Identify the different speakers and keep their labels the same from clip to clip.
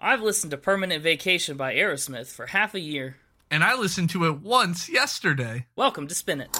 Speaker 1: I've listened to Permanent Vacation by Aerosmith for half a year.
Speaker 2: And I listened to it once yesterday.
Speaker 1: Welcome to Spin It.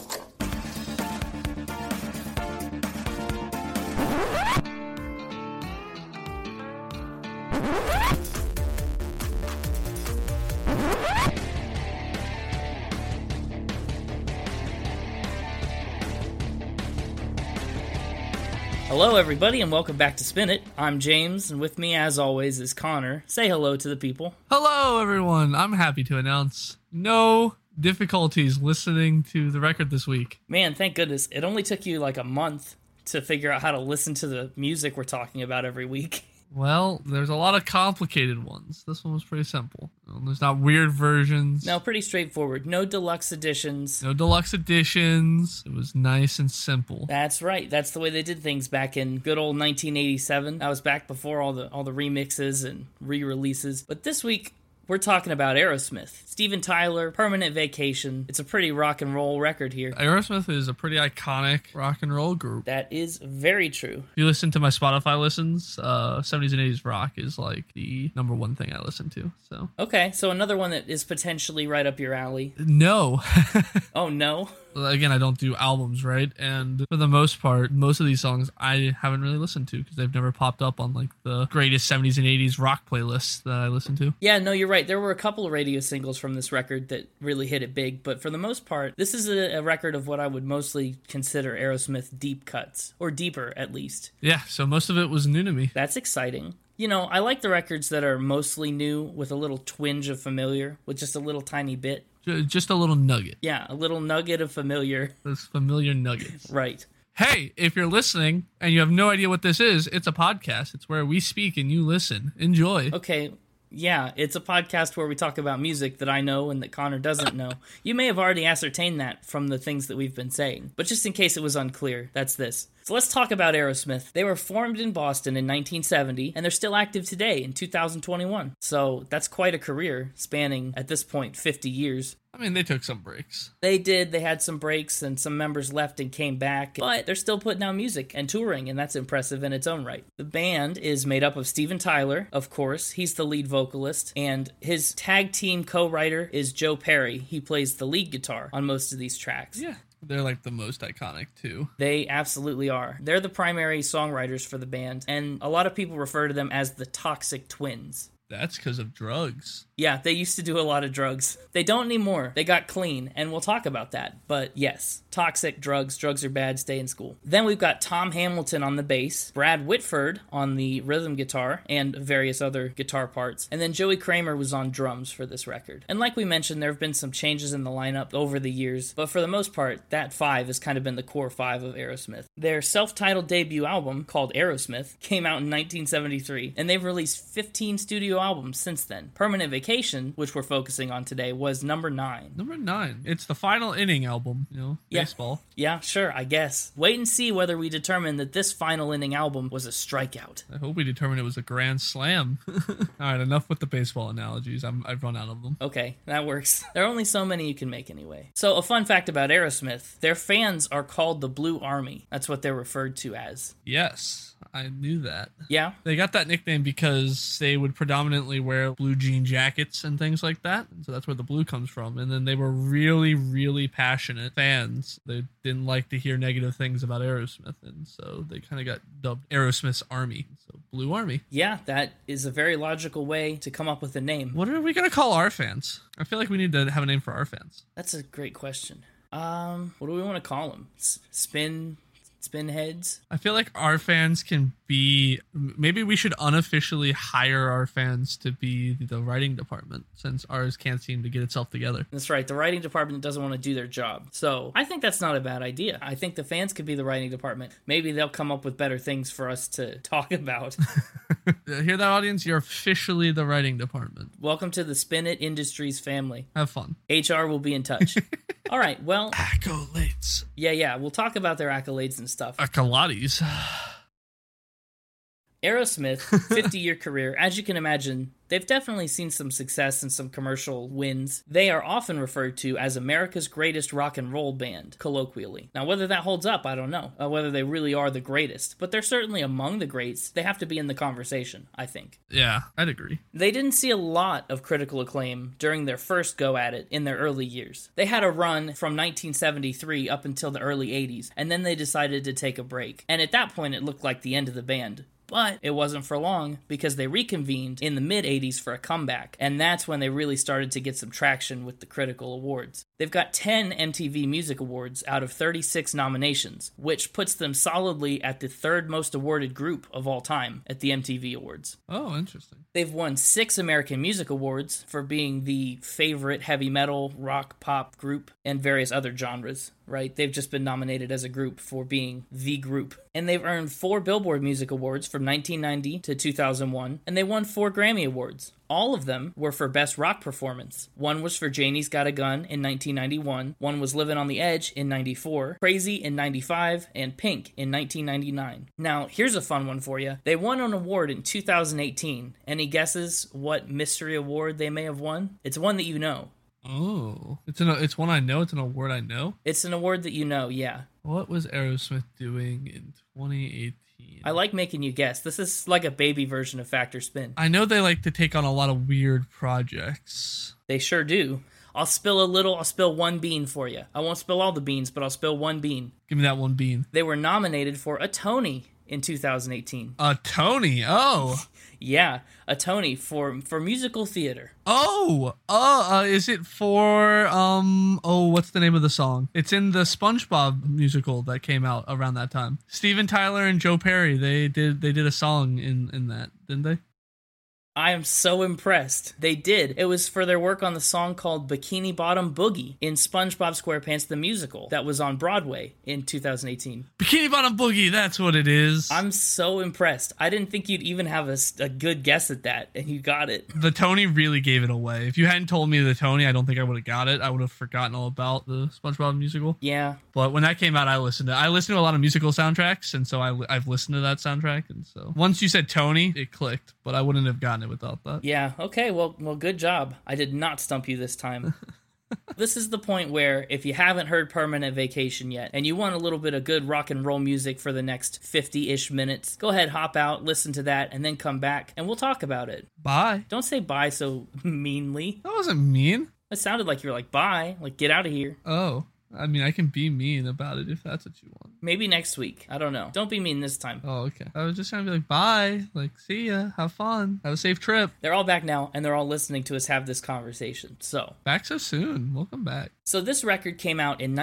Speaker 1: Hello, everybody, and welcome back to Spin It. I'm James, and with me, as always, is Connor. Say hello to the people.
Speaker 2: Hello, everyone. I'm happy to announce no difficulties listening to the record this week.
Speaker 1: Man, thank goodness. It only took you like a month to figure out how to listen to the music we're talking about every week.
Speaker 2: Well, there's a lot of complicated ones. This one was pretty simple. Um, There's not weird versions.
Speaker 1: No, pretty straightforward. No deluxe editions.
Speaker 2: No deluxe editions. It was nice and simple.
Speaker 1: That's right. That's the way they did things back in good old 1987. That was back before all the all the remixes and re-releases. But this week we're talking about Aerosmith, Steven Tyler, Permanent Vacation. It's a pretty rock and roll record here.
Speaker 2: Aerosmith is a pretty iconic rock and roll group.
Speaker 1: That is very true.
Speaker 2: If you listen to my Spotify listens, uh, 70s and 80s rock is like the number one thing I listen to. So,
Speaker 1: Okay, so another one that is potentially right up your alley.
Speaker 2: no.
Speaker 1: Oh no.
Speaker 2: Again, I don't do albums, right? And for the most part, most of these songs I haven't really listened to because they've never popped up on like the greatest 70s and 80s rock playlists that I listen to.
Speaker 1: Yeah, no, you're right. There were a couple of radio singles from this record that really hit it big, but for the most part, this is a, a record of what I would mostly consider Aerosmith deep cuts, or deeper at least.
Speaker 2: Yeah, so most of it was new to me.
Speaker 1: That's exciting. You know, I like the records that are mostly new with a little twinge of familiar, with just a little tiny bit.
Speaker 2: J- Just a little nugget,
Speaker 1: Yeah, a little nugget of familiar.
Speaker 2: those familiar nuggets.
Speaker 1: Right.
Speaker 2: Hey, if you're listening and you have no idea what this is, it's a podcast. It's where we speak and you listen. Enjoy.
Speaker 1: Okay. Yeah, it's a podcast where we talk about music that I know and that Connor doesn't know. You may have already ascertained that from the things that we've been saying, but just in case it was unclear, that's this. So let's talk about Aerosmith. They were formed in Boston in 1970, and they're still active today in 2021. So that's quite a career spanning, at this point, 50 years.
Speaker 2: I mean, they took some breaks.
Speaker 1: They did, they had some breaks, and some members left and came back, but they're still putting out music and touring, and that's impressive in its own right. The band is made up of Steven Tyler, of course, he's the lead vocalist, and his tag team co writer is Joe Perry. He plays the lead guitar on most of these tracks.
Speaker 2: Yeah. They're like the most iconic, too.
Speaker 1: They absolutely are. They're the primary songwriters for the band, and a lot of people refer to them as the Toxic Twins.
Speaker 2: That's because of drugs.
Speaker 1: Yeah, they used to do a lot of drugs. They don't anymore. They got clean, and we'll talk about that. But yes, toxic drugs. Drugs are bad. Stay in school. Then we've got Tom Hamilton on the bass, Brad Whitford on the rhythm guitar, and various other guitar parts. And then Joey Kramer was on drums for this record. And like we mentioned, there have been some changes in the lineup over the years, but for the most part, that five has kind of been the core five of Aerosmith. Their self titled debut album, called Aerosmith, came out in 1973, and they've released 15 studio albums since then. Permanent Vacation, which we're focusing on today, was number nine.
Speaker 2: Number nine. It's the final inning album, you know,
Speaker 1: Yeah.
Speaker 2: baseball.
Speaker 1: Yeah, sure, I guess. Wait and see whether we determine that this final inning album was a strikeout.
Speaker 2: I hope we determined it was a grand slam. All right, enough with the baseball analogies. I'm, I've run out of them.
Speaker 1: Okay, that works. There are only so many you can make anyway. So, a fun fact about Aerosmith their fans are called the Blue Army. That's what they're referred to as.
Speaker 2: Yes, I knew that.
Speaker 1: Yeah?
Speaker 2: They got that nickname because they would predominantly wear blue jean jackets and things like that. And so that's where the blue comes from. And then they were really, really passionate fans. They didn't like to hear negative things about Aerosmith. And so they kind of got dubbed Aerosmith's Army. So Blue Army.
Speaker 1: Yeah, that is a very logical way to come up with a name.
Speaker 2: What are we going to call our fans? I feel like we need to have a name for our fans.
Speaker 1: That's a great question. Um, what do we want to call them? S- spin, spin heads.
Speaker 2: I feel like our fans can be. Maybe we should unofficially hire our fans to be the writing department since ours can't seem to get itself together.
Speaker 1: That's right. The writing department doesn't want to do their job, so I think that's not a bad idea. I think the fans could be the writing department. Maybe they'll come up with better things for us to talk about.
Speaker 2: Uh, Hear that, audience? You're officially the writing department.
Speaker 1: Welcome to the Spin It Industries family.
Speaker 2: Have fun.
Speaker 1: HR will be in touch. All right. Well,
Speaker 2: Accolades.
Speaker 1: yeah, yeah. We'll talk about their accolades and stuff.
Speaker 2: Accolades.
Speaker 1: Aerosmith, 50 year career, as you can imagine, they've definitely seen some success and some commercial wins. They are often referred to as America's greatest rock and roll band, colloquially. Now, whether that holds up, I don't know, uh, whether they really are the greatest, but they're certainly among the greats. They have to be in the conversation, I think.
Speaker 2: Yeah, I'd agree.
Speaker 1: They didn't see a lot of critical acclaim during their first go at it in their early years. They had a run from 1973 up until the early 80s, and then they decided to take a break. And at that point, it looked like the end of the band. But it wasn't for long because they reconvened in the mid 80s for a comeback, and that's when they really started to get some traction with the critical awards. They've got 10 MTV Music Awards out of 36 nominations, which puts them solidly at the third most awarded group of all time at the MTV Awards.
Speaker 2: Oh, interesting.
Speaker 1: They've won six American Music Awards for being the favorite heavy metal, rock, pop group, and various other genres, right? They've just been nominated as a group for being the group. And they've earned four Billboard Music Awards from 1990 to 2001, and they won four Grammy Awards. All of them were for Best Rock Performance. One was for Janie's Got a Gun in 1991, one was Living on the Edge in 94, Crazy in 95, and Pink in 1999. Now, here's a fun one for you. They won an award in 2018. Any guesses what mystery award they may have won? It's one that you know.
Speaker 2: Oh, it's an it's one I know. It's an award I know.
Speaker 1: It's an award that you know, yeah.
Speaker 2: What was Aerosmith doing in 2018?
Speaker 1: I like making you guess. This is like a baby version of Factor Spin.
Speaker 2: I know they like to take on a lot of weird projects.
Speaker 1: They sure do. I'll spill a little, I'll spill one bean for you. I won't spill all the beans, but I'll spill one bean.
Speaker 2: Give me that one bean.
Speaker 1: They were nominated for a Tony in 2018.
Speaker 2: A Tony. Oh,
Speaker 1: Yeah, a Tony for for musical theater.
Speaker 2: oh, oh. Uh, is it for um? Oh, what's the name of the song? It's in the SpongeBob musical that came out around that time. Steven Tyler and Joe Perry. They did they did a song in in that, didn't they?
Speaker 1: I am so impressed. They did. It was for their work on the song called Bikini Bottom Boogie in SpongeBob SquarePants the musical that was on Broadway in 2018.
Speaker 2: Bikini Bottom Boogie. That's what it is.
Speaker 1: I'm so impressed. I didn't think you'd even have a, s- a good guess at that, and you got it.
Speaker 2: the Tony really gave it away. If you hadn't told me the Tony, I don't think I would have got it. I would have forgotten all about the SpongeBob musical.
Speaker 1: Yeah,
Speaker 2: But when that came out, I listened to. I listened to a lot of musical soundtracks, and so I, I've listened to that soundtrack. And so once you said Tony, it clicked. But I wouldn't have gotten it without that.
Speaker 1: Yeah. Okay. Well, well, good job. I did not stump you this time. this is the point where if you haven't heard Permanent Vacation yet and you want a little bit of good rock and roll music for the next 50-ish minutes, go ahead, hop out, listen to that and then come back and we'll talk about it.
Speaker 2: Bye.
Speaker 1: Don't say bye so meanly.
Speaker 2: That wasn't mean.
Speaker 1: It sounded like you were like bye, like get out of here.
Speaker 2: Oh, I mean, I can be mean about it if that's what you want.
Speaker 1: Maybe next week. I don't know. Don't be mean this time.
Speaker 2: Oh, okay. I was just trying to be like, bye. Like, see ya. Have fun. Have a safe trip.
Speaker 1: They're all back now and they're all listening to us have this conversation. So,
Speaker 2: Back so soon. Welcome back.
Speaker 1: So this record came out in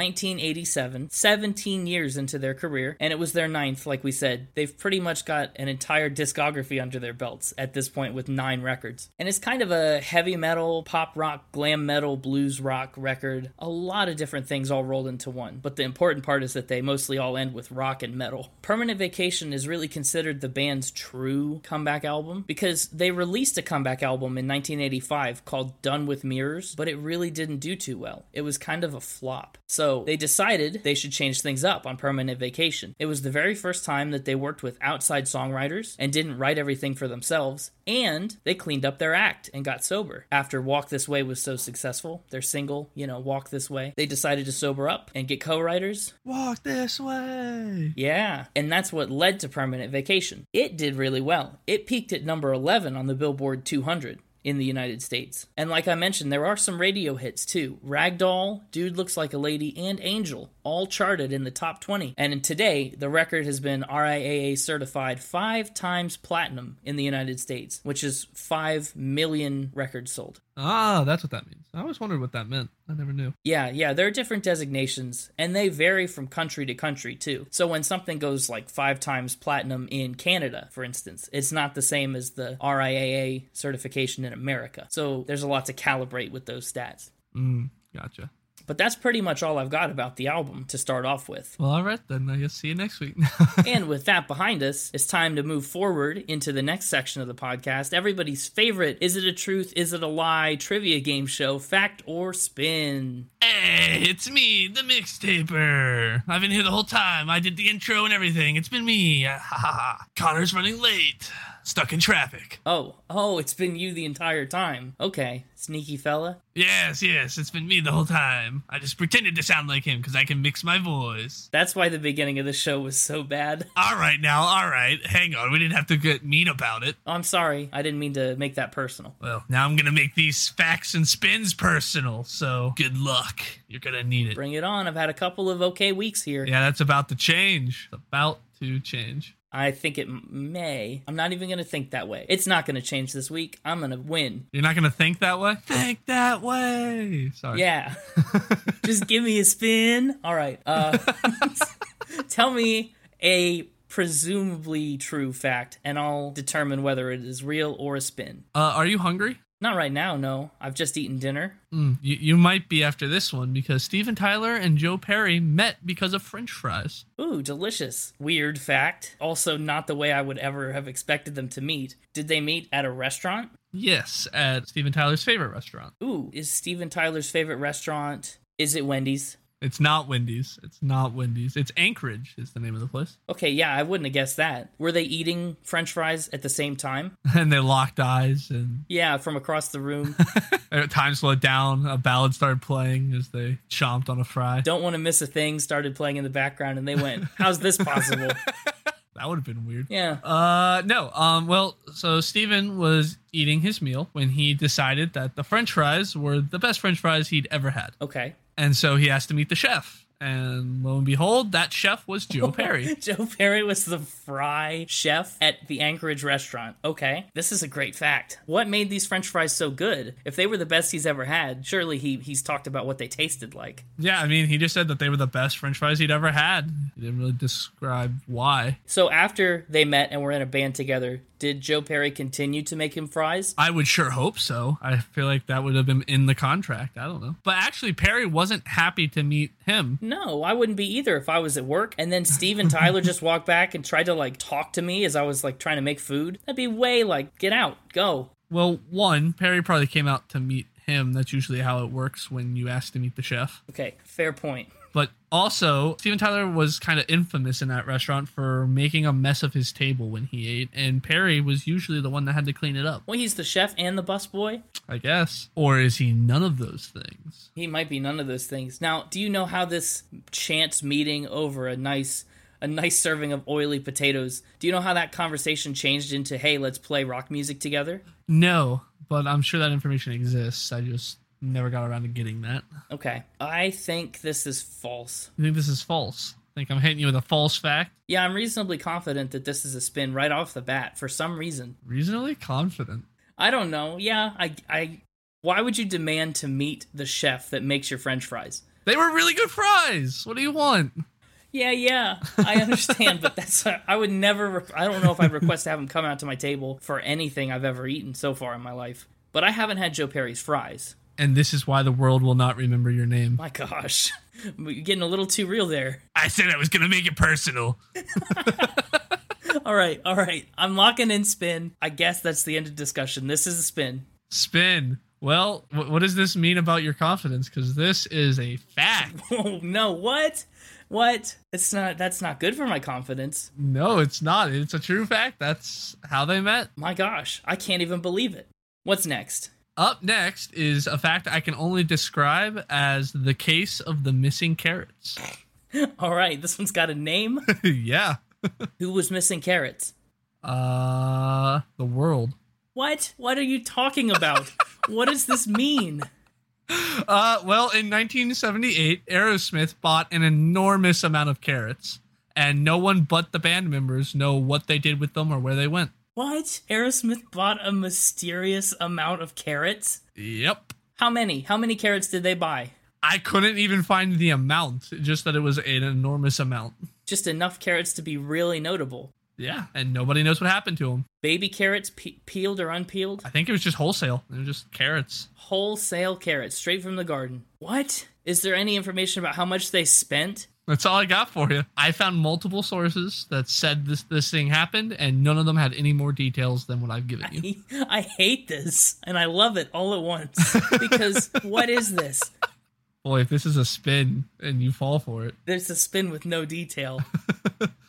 Speaker 1: 1987, 17 years into their career, and it was their ninth, like we said. They've pretty much got an entire discography under their belts at this point with nine records. And it's kind of a heavy metal, pop rock, glam metal, blues rock record. A lot of different things all rolled into one. But the important part is that they mostly all end with rock and metal. Permanent Vacation is really considered the band's true comeback album because they released a comeback album in 1985 called Done with Mirrors, but it really didn't do too well. It was kind of a flop. So they decided they should change things up on Permanent Vacation. It was the very first time that they worked with outside songwriters and didn't write everything for themselves, and they cleaned up their act and got sober. After Walk This Way was so successful, their single, you know, Walk This Way, they decided to sober up and get co writers
Speaker 2: Walk this way.
Speaker 1: yeah. And that's what led to Permanent Vacation. It did really well. It peaked at number 11 on the Billboard 200 in the United States. And like I mentioned, there are some radio hits too. Ragdoll, Dude Looks Like a Lady, and Angel all charted in the top 20. And today, the record has been RIAA certified five times platinum in the United States, which is 5 million records sold.
Speaker 2: Ah, that's what that means. I always wondered what that meant. I never knew.
Speaker 1: Yeah, yeah, there are different designations, and they vary from country to country too. So when something goes like five times platinum in Canada, for instance, it's not the same as the RIAA certification in America. So there's a lot to calibrate with those stats.
Speaker 2: Mm, gotcha.
Speaker 1: But that's pretty much all I've got about the album to start off with.
Speaker 2: Well, all right then. I guess see you next week.
Speaker 1: and with that behind us, it's time to move forward into the next section of the podcast. Everybody's favorite Is It a Truth? Is It a Lie? trivia game show, Fact or Spin.
Speaker 2: hey, it's me, the mixtaper. I've been here the whole time. I did the intro and everything. It's been me. Ah, ha, ha, ha. Connor's running late, stuck in traffic.
Speaker 1: Oh, oh, it's been you the entire time. Okay, sneaky fella.
Speaker 2: Yes, yes, it's been me the whole time. I just pretended to sound like him because I can mix my voice.
Speaker 1: That's why the beginning of the show was so bad.
Speaker 2: All right, now, all right. Hang on, we didn't have to get mean about it.
Speaker 1: I'm sorry, I didn't mean to make that personal.
Speaker 2: Well, now I'm gonna make these facts and spins personal, so good luck. You're gonna need it.
Speaker 1: Bring it on. I've had a couple of okay weeks here.
Speaker 2: Yeah, that's about to change. About to change.
Speaker 1: I think it m- may. I'm not even going to think that way. It's not going to change this week. I'm going to win.
Speaker 2: You're not gonna think that way? Think that way. Sorry.
Speaker 1: Yeah. Just give me a spin. All right. Uh, tell me a presumably true fact, and I'll determine whether it is real or a spin.
Speaker 2: Uh, are you hungry?
Speaker 1: Not right now, no. I've just eaten dinner.
Speaker 2: Mm, you, you might be after this one because Steven Tyler and Joe Perry met because of French fries.
Speaker 1: Ooh, delicious. Weird fact. Also, not the way I would ever have expected them to meet. Did they meet at a restaurant?
Speaker 2: Yes, at Steven Tyler's favorite restaurant.
Speaker 1: Ooh, is Steven Tyler's favorite restaurant? Is it Wendy's?
Speaker 2: It's not Wendy's. It's not Wendy's. It's Anchorage is the name of the place.
Speaker 1: Okay, yeah, I wouldn't have guessed that. Were they eating french fries at the same time?
Speaker 2: And they locked eyes and
Speaker 1: Yeah, from across the room.
Speaker 2: time slowed down. A ballad started playing as they chomped on a fry.
Speaker 1: Don't want to miss a thing started playing in the background and they went, How's this possible?
Speaker 2: That would have been weird.
Speaker 1: Yeah.
Speaker 2: Uh no. Um well, so Steven was eating his meal when he decided that the french fries were the best french fries he'd ever had.
Speaker 1: Okay.
Speaker 2: And so he asked to meet the chef. And lo and behold, that chef was Joe Perry.
Speaker 1: Joe Perry was the fry chef at the Anchorage restaurant. Okay. This is a great fact. What made these french fries so good? If they were the best he's ever had, surely he, he's talked about what they tasted like.
Speaker 2: yeah, I mean, he just said that they were the best french fries he'd ever had. He didn't really describe why.
Speaker 1: So after they met and were in a band together, did Joe Perry continue to make him fries?
Speaker 2: I would sure hope so. I feel like that would have been in the contract. I don't know. But actually, Perry wasn't happy to meet him.
Speaker 1: No, I wouldn't be either if I was at work. And then Steve and Tyler just walked back and tried to like talk to me as I was like trying to make food. That'd be way like, get out, go.
Speaker 2: Well, one, Perry probably came out to meet him. That's usually how it works when you ask to meet the chef.
Speaker 1: Okay, fair point.
Speaker 2: But also, Steven Tyler was kind of infamous in that restaurant for making a mess of his table when he ate, and Perry was usually the one that had to clean it up,
Speaker 1: Well, he's the chef and the busboy.
Speaker 2: I guess. Or is he none of those things?
Speaker 1: He might be none of those things. Now, do you know how this chance meeting over a nice a nice serving of oily potatoes, do you know how that conversation changed into, hey, let's play rock music together?
Speaker 2: No, but I'm sure that information exists. I just never got around to getting that.
Speaker 1: Okay. I think this is false.
Speaker 2: You think this is false? Think I'm hitting you with a false fact?
Speaker 1: Yeah, I'm reasonably confident that this is a spin right off the bat for some reason.
Speaker 2: Reasonably confident.
Speaker 1: I don't know. Yeah, I, I. Why would you demand to meet the chef that makes your French fries?
Speaker 2: They were really good fries. What do you want?
Speaker 1: Yeah, yeah, I understand, but that's I would never. re- I don't know if I'd request to have him come out to my table for anything I've ever eaten so far in my life. But I haven't had Joe Perry's fries.
Speaker 2: And this is why the world will not remember your name.
Speaker 1: My gosh, you're getting a little too real there.
Speaker 2: I said I was going to make it personal.
Speaker 1: All right, all right. I'm locking in spin. I guess that's the end of discussion. This is a spin.
Speaker 2: Spin. Well, wh- what does this mean about your confidence? Because this is a fact.
Speaker 1: Oh no, what? What? It's not. That's not good for my confidence.
Speaker 2: No, it's not. It's a true fact. That's how they met.
Speaker 1: My gosh, I can't even believe it. What's next?
Speaker 2: Up next is a fact I can only describe as the case of the missing carrots.
Speaker 1: All right, this one's got a name.
Speaker 2: yeah.
Speaker 1: Who was missing carrots?
Speaker 2: Uh, the world.
Speaker 1: What? What are you talking about? what does this mean?
Speaker 2: Uh, well, in 1978, Aerosmith bought an enormous amount of carrots, and no one but the band members know what they did with them or where they went.
Speaker 1: What? Aerosmith bought a mysterious amount of carrots?
Speaker 2: Yep.
Speaker 1: How many? How many carrots did they buy?
Speaker 2: I couldn't even find the amount, just that it was an enormous amount.
Speaker 1: Just enough carrots to be really notable.
Speaker 2: Yeah, and nobody knows what happened to them.
Speaker 1: Baby carrots, pe- peeled or unpeeled?
Speaker 2: I think it was just wholesale. They were just carrots.
Speaker 1: Wholesale carrots, straight from the garden. What? Is there any information about how much they spent?
Speaker 2: That's all I got for you. I found multiple sources that said this this thing happened, and none of them had any more details than what I've given you.
Speaker 1: I hate this and I love it all at once because what is this?
Speaker 2: Boy, if this is a spin and you fall for it,
Speaker 1: There's a spin with no detail.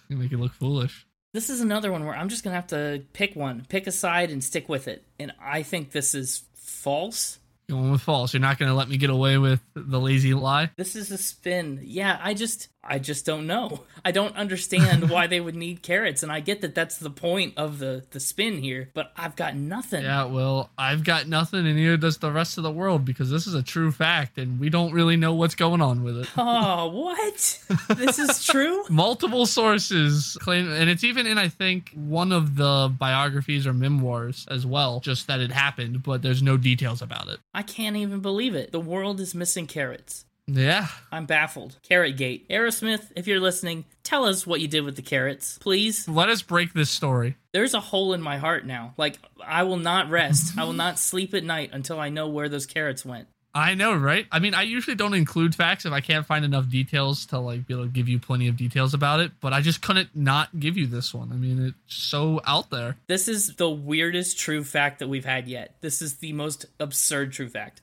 Speaker 2: you make it look foolish.
Speaker 1: This is another one where I'm just going to have to pick one, pick a side and stick with it. And I think this is false.
Speaker 2: You're going with false. You're not going to let me get away with the lazy lie.
Speaker 1: This is a spin. Yeah, I just I just don't know. I don't understand why they would need carrots and I get that that's the point of the the spin here, but I've got nothing.
Speaker 2: Yeah, well, I've got nothing, and neither does the rest of the world because this is a true fact, and we don't really know what's going on with it.
Speaker 1: Oh, what? This is true?
Speaker 2: Multiple sources claim, and it's even in, I think, one of the biographies or memoirs as well, just that it happened, but there's no details about it.
Speaker 1: I can't even believe it. The world is missing carrots.
Speaker 2: Yeah,
Speaker 1: I'm baffled. Carrot Gate. Aerosmith, if you're listening, tell us what you did with the carrots, please.
Speaker 2: let us break this story.
Speaker 1: There's a hole in my heart now. Like, I will not rest. I will not sleep at night until I know where those carrots went.
Speaker 2: I know, right? I mean, I usually don't include facts if I can't find enough details to like be able to give you plenty of details about it, but I just couldn't not give you this one. I mean, it's so out there.
Speaker 1: This is the weirdest true fact that we've had yet. This is the most absurd true fact.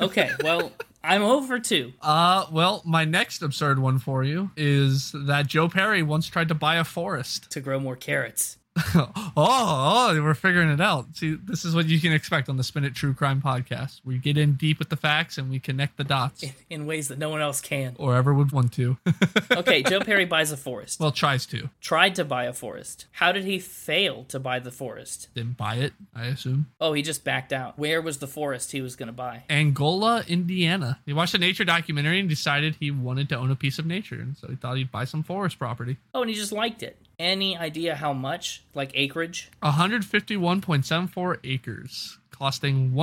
Speaker 1: Okay, well, I'm over two.
Speaker 2: Uh, well, my next absurd one for you is that Joe Perry once tried to buy a forest.
Speaker 1: To grow more carrots.
Speaker 2: oh, oh, we're figuring it out. See, this is what you can expect on the Spin It True Crime podcast. We get in deep with the facts and we connect the dots,
Speaker 1: In ways that no one else can.
Speaker 2: or ever would want to.
Speaker 1: Okay, Joe Perry buys a forest.
Speaker 2: well, tries to.
Speaker 1: Tried to buy a forest. How did he fail to buy the forest?
Speaker 2: Didn't buy it, I assume.
Speaker 1: Oh, he just backed out. Where was the forest he was going to buy?
Speaker 2: Angola, Indiana. He watched a nature documentary and decided he wanted to own a piece of nature, and so he thought he'd buy some forest property.
Speaker 1: Oh, and he just liked it. Any idea how much? Like acreage?
Speaker 2: 151.74 acres, costing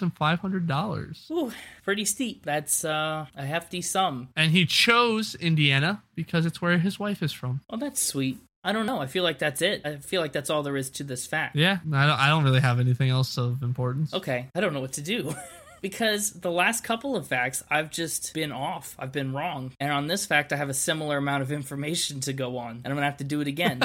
Speaker 2: $1,434,500.
Speaker 1: Ooh, pretty steep. That's uh, a hefty sum.
Speaker 2: And he chose Indiana because it's where his wife is from.
Speaker 1: Oh, that's sweet. I don't know. I feel like that's it. I feel like that's all there is to this fact.
Speaker 2: Yeah, I don't, I don't really have anything else of importance.
Speaker 1: Okay, I don't know what to do. because the last couple of facts, I've just been off. I've been wrong. And on this fact, I have a similar amount of information to go on. And I'm going to have to do it again.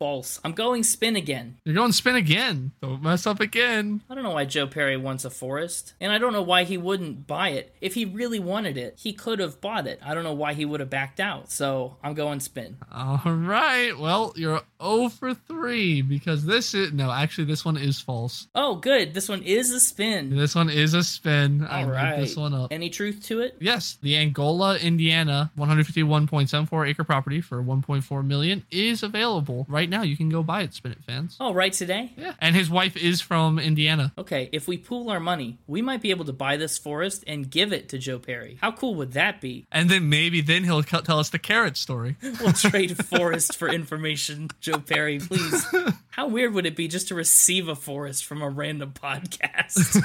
Speaker 1: False. I'm going spin again.
Speaker 2: You're going spin again. Don't mess up again.
Speaker 1: I don't know why Joe Perry wants a forest, and I don't know why he wouldn't buy it. If he really wanted it, he could have bought it. I don't know why he would have backed out. So I'm going spin.
Speaker 2: All right. Well, you're 0 for 3 because this is. No, actually, this one is false.
Speaker 1: Oh, good. This one is a spin.
Speaker 2: This one is a spin. I
Speaker 1: All
Speaker 2: made
Speaker 1: right.
Speaker 2: this one up.
Speaker 1: Any truth to it?
Speaker 2: Yes, the Angola, Indiana, 151.74 acre property for 1.4 million is available right now. You can go buy it, Spin It fans.
Speaker 1: Oh, right today?
Speaker 2: Yeah, and his wife is from Indiana.
Speaker 1: Okay, if we pool our money, we might be able to buy this forest and give it to Joe Perry. How cool would that be?
Speaker 2: And then maybe then he'll co- tell us the carrot story.
Speaker 1: We'll trade forest for information, Joe Perry, please. How weird would it be just to receive a forest from a random podcast?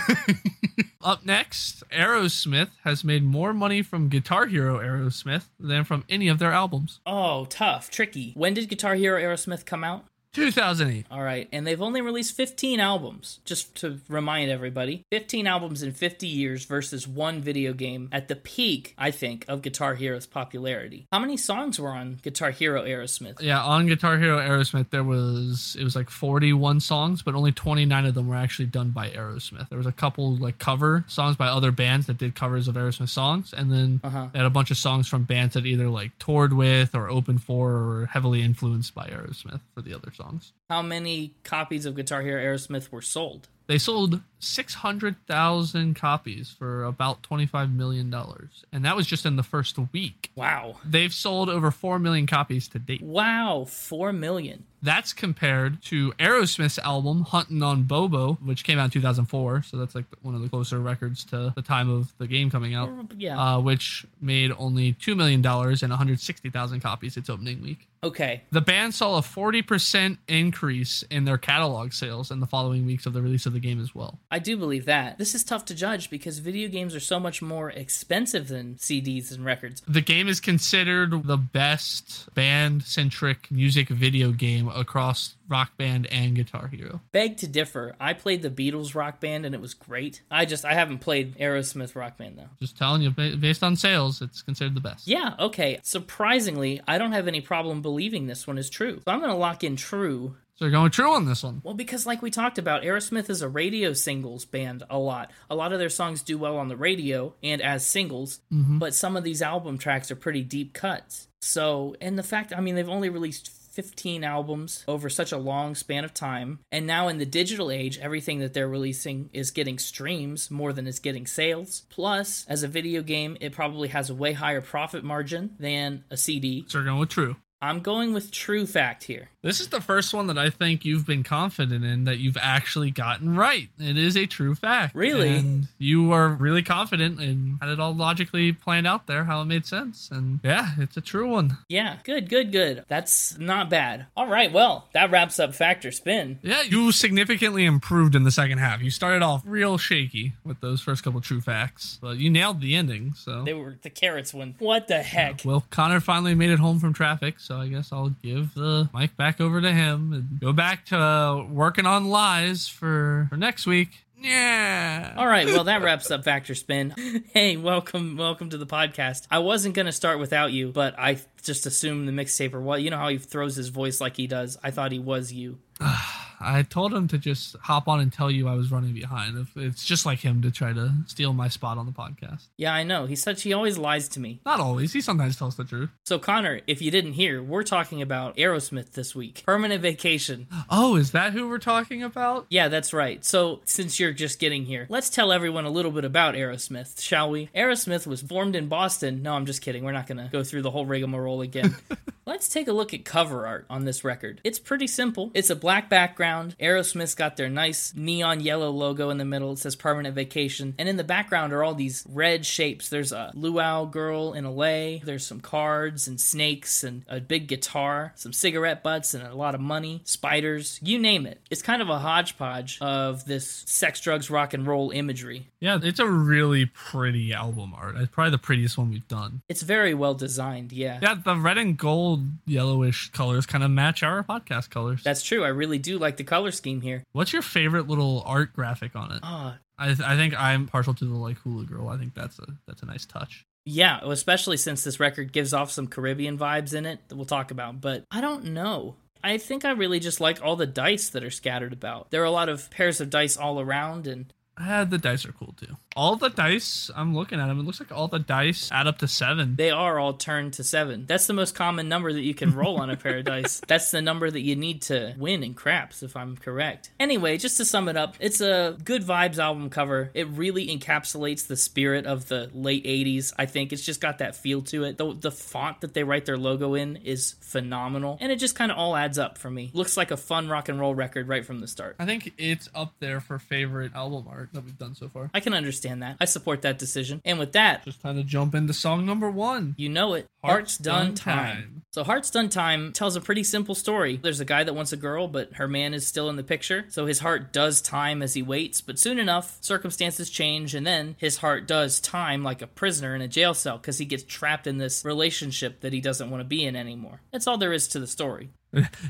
Speaker 2: Up next, Aerosmith has made more money from Guitar Hero Aerosmith than from any of their albums.
Speaker 1: oh, tough, tricky. When did Guitar Hero Aerosmith come out?
Speaker 2: 2008.
Speaker 1: All right, and they've only released 15 albums, just to remind everybody. 15 albums in 50 years versus one video game at the peak, I think, of Guitar Hero's popularity. How many songs were on Guitar Hero Aerosmith?
Speaker 2: Yeah, on Guitar Hero Aerosmith, there was it was like 41 songs, but only 29 of them were actually done by Aerosmith. There was a couple like cover songs by other bands that did covers of Aerosmith songs, and then they had a bunch of songs from bands that either like toured with or opened for or were heavily influenced by Aerosmith for the other songs.
Speaker 1: How many copies of Guitar Hero Aerosmith were sold?
Speaker 2: They sold 600,000 copies for about 25 million dollars, and that was just in the first week.
Speaker 1: Wow.
Speaker 2: They've sold over 4 million copies to date.
Speaker 1: Wow, 4 million.
Speaker 2: That's compared to Aerosmith's album Hunting on Bobo, which came out in 2004, so that's like one of the closer records to the time of the game coming out,
Speaker 1: Yeah.
Speaker 2: uh, which made only $2 million and 160,000 copies its opening week.
Speaker 1: Okay.
Speaker 2: The band saw a 40% increase in their catalog sales in the following weeks of the release of the game as well.
Speaker 1: I do believe that. This is tough to judge because video games are so much more expensive than CDs and records.
Speaker 2: The game is considered the best band centric music video game across Rock Band and Guitar Hero.
Speaker 1: Beg to differ. I played the Beatles rock band and it was great. I just I haven't played Aerosmith rock band though.
Speaker 2: Just telling you, ba- based on sales, it's considered the best.
Speaker 1: Yeah, okay. Surprisingly, I don't have any problem believing this one is true. So I'm going to lock in true
Speaker 2: So you're going true on this one.
Speaker 1: Well, because like we talked about, Aerosmith is a radio singles band a lot. A lot of their songs do well on the radio and as singles, but some of these album tracks are pretty deep cuts. So, and the fact, I mean, they've only released 15 albums over such a long span of time. And now in the digital age, everything that they're releasing is getting streams more than it's getting sales. Plus, as a video game, it probably has a way higher profit margin than a CD.
Speaker 2: So you're going with true.
Speaker 1: I'm going with true fact here.
Speaker 2: This is the first one that I think you've been confident in that you've actually gotten right. It is a true fact.
Speaker 1: Really?
Speaker 2: And you are really confident and had it all logically planned out there, how it made sense. And yeah, it's a true one.
Speaker 1: Yeah, good, good, good. That's not bad. All right, well, that wraps up Factor Spin.
Speaker 2: Yeah, you significantly improved in the second half. You started off real shaky with those first couple true facts, but you nailed the ending. So,
Speaker 1: They were the carrots one. What the heck?
Speaker 2: well, Connor finally made it home from traffic, so I guess I'll give the mic back over to him and go back to uh, working on lies for, for next week. Yeah.
Speaker 1: All right, well, that wraps up Factor Spin. Hey, welcome, welcome to the podcast. I wasn't going to start without you, but I just assumed the mixtape or what. You know how he throws his voice like he does? I thought he was you.
Speaker 2: I told him to just hop on and tell you I was running behind. If- It's just like him to try to steal my spot on the podcast.
Speaker 1: Yeah, I know. He's such, he always lies to me.
Speaker 2: Not always. He sometimes tells the truth.
Speaker 1: So, Connor, if you didn't hear, we're talking about Aerosmith this week. Permanent vacation.
Speaker 2: Oh, is that who we're talking about?
Speaker 1: Yeah, that's right. So, since you're just getting here, let's tell everyone a little bit about Aerosmith, shall we? Aerosmith was formed in Boston. No, I'm just kidding. We're not going to go through the whole rigmarole again. let's take a look at cover art on this record. It's pretty simple. It's a black background. Aerosmith's got their nice neon yellow logo in the middle. It says permanent vacation. And in the background are all these red shapes. There's a luau girl in a lei. There's some cards and snakes and a big guitar, some cigarette butts and a lot of money, spiders, you name it. It's kind of a hodgepodge of this sex, drugs, rock and roll imagery.
Speaker 2: Yeah, it's a really pretty album art. It's probably the prettiest one we've done.
Speaker 1: It's very well designed, yeah.
Speaker 2: Yeah, the red and gold yellowish colors kind of match our podcast colors.
Speaker 1: That's true. I really do like the color scheme here.
Speaker 2: What's your favorite little art graphic on it?
Speaker 1: Ah,
Speaker 2: I, I think I'm partial to the like hula girl. I think that's a that's a nice touch.
Speaker 1: Yeah, especially since this record gives off some Caribbean vibes in it that we'll talk about, but I don't know. I think I really just like all the dice that are scattered about. There are a lot of pairs of dice all around, and
Speaker 2: Ah, the dice are cool too. All the dice, I'm looking at them. It looks like all the dice add up to seven.
Speaker 1: they are all turned to seven. That's the most common number that you can roll on a pair of dice. That's the number that you need to win in craps, if I'm correct. Anyway, just to sum it up, it's a good vibes album cover. It really encapsulates the spirit of the late 80s, I think. It's just got that feel to it. The, the font that they write their logo in is phenomenal, and it just kind of all adds up for me. Looks like a fun rock and roll record right from the start.
Speaker 2: I think it's up there for favorite album art that we've done so far.
Speaker 1: I can understand that. I support that decision. And with that,
Speaker 2: Just time to jump into song number one.
Speaker 1: You know it. Heart's, Done, time. So, Heart's Done Time tells a pretty simple story. There's a guy that wants a girl, but her man is still in the picture. So, his heart does time as he waits, but soon enough, circumstances change, and then his heart does time like a prisoner in a jail cell because he gets trapped in this relationship that he doesn't want to be in anymore. That's all there is to the story.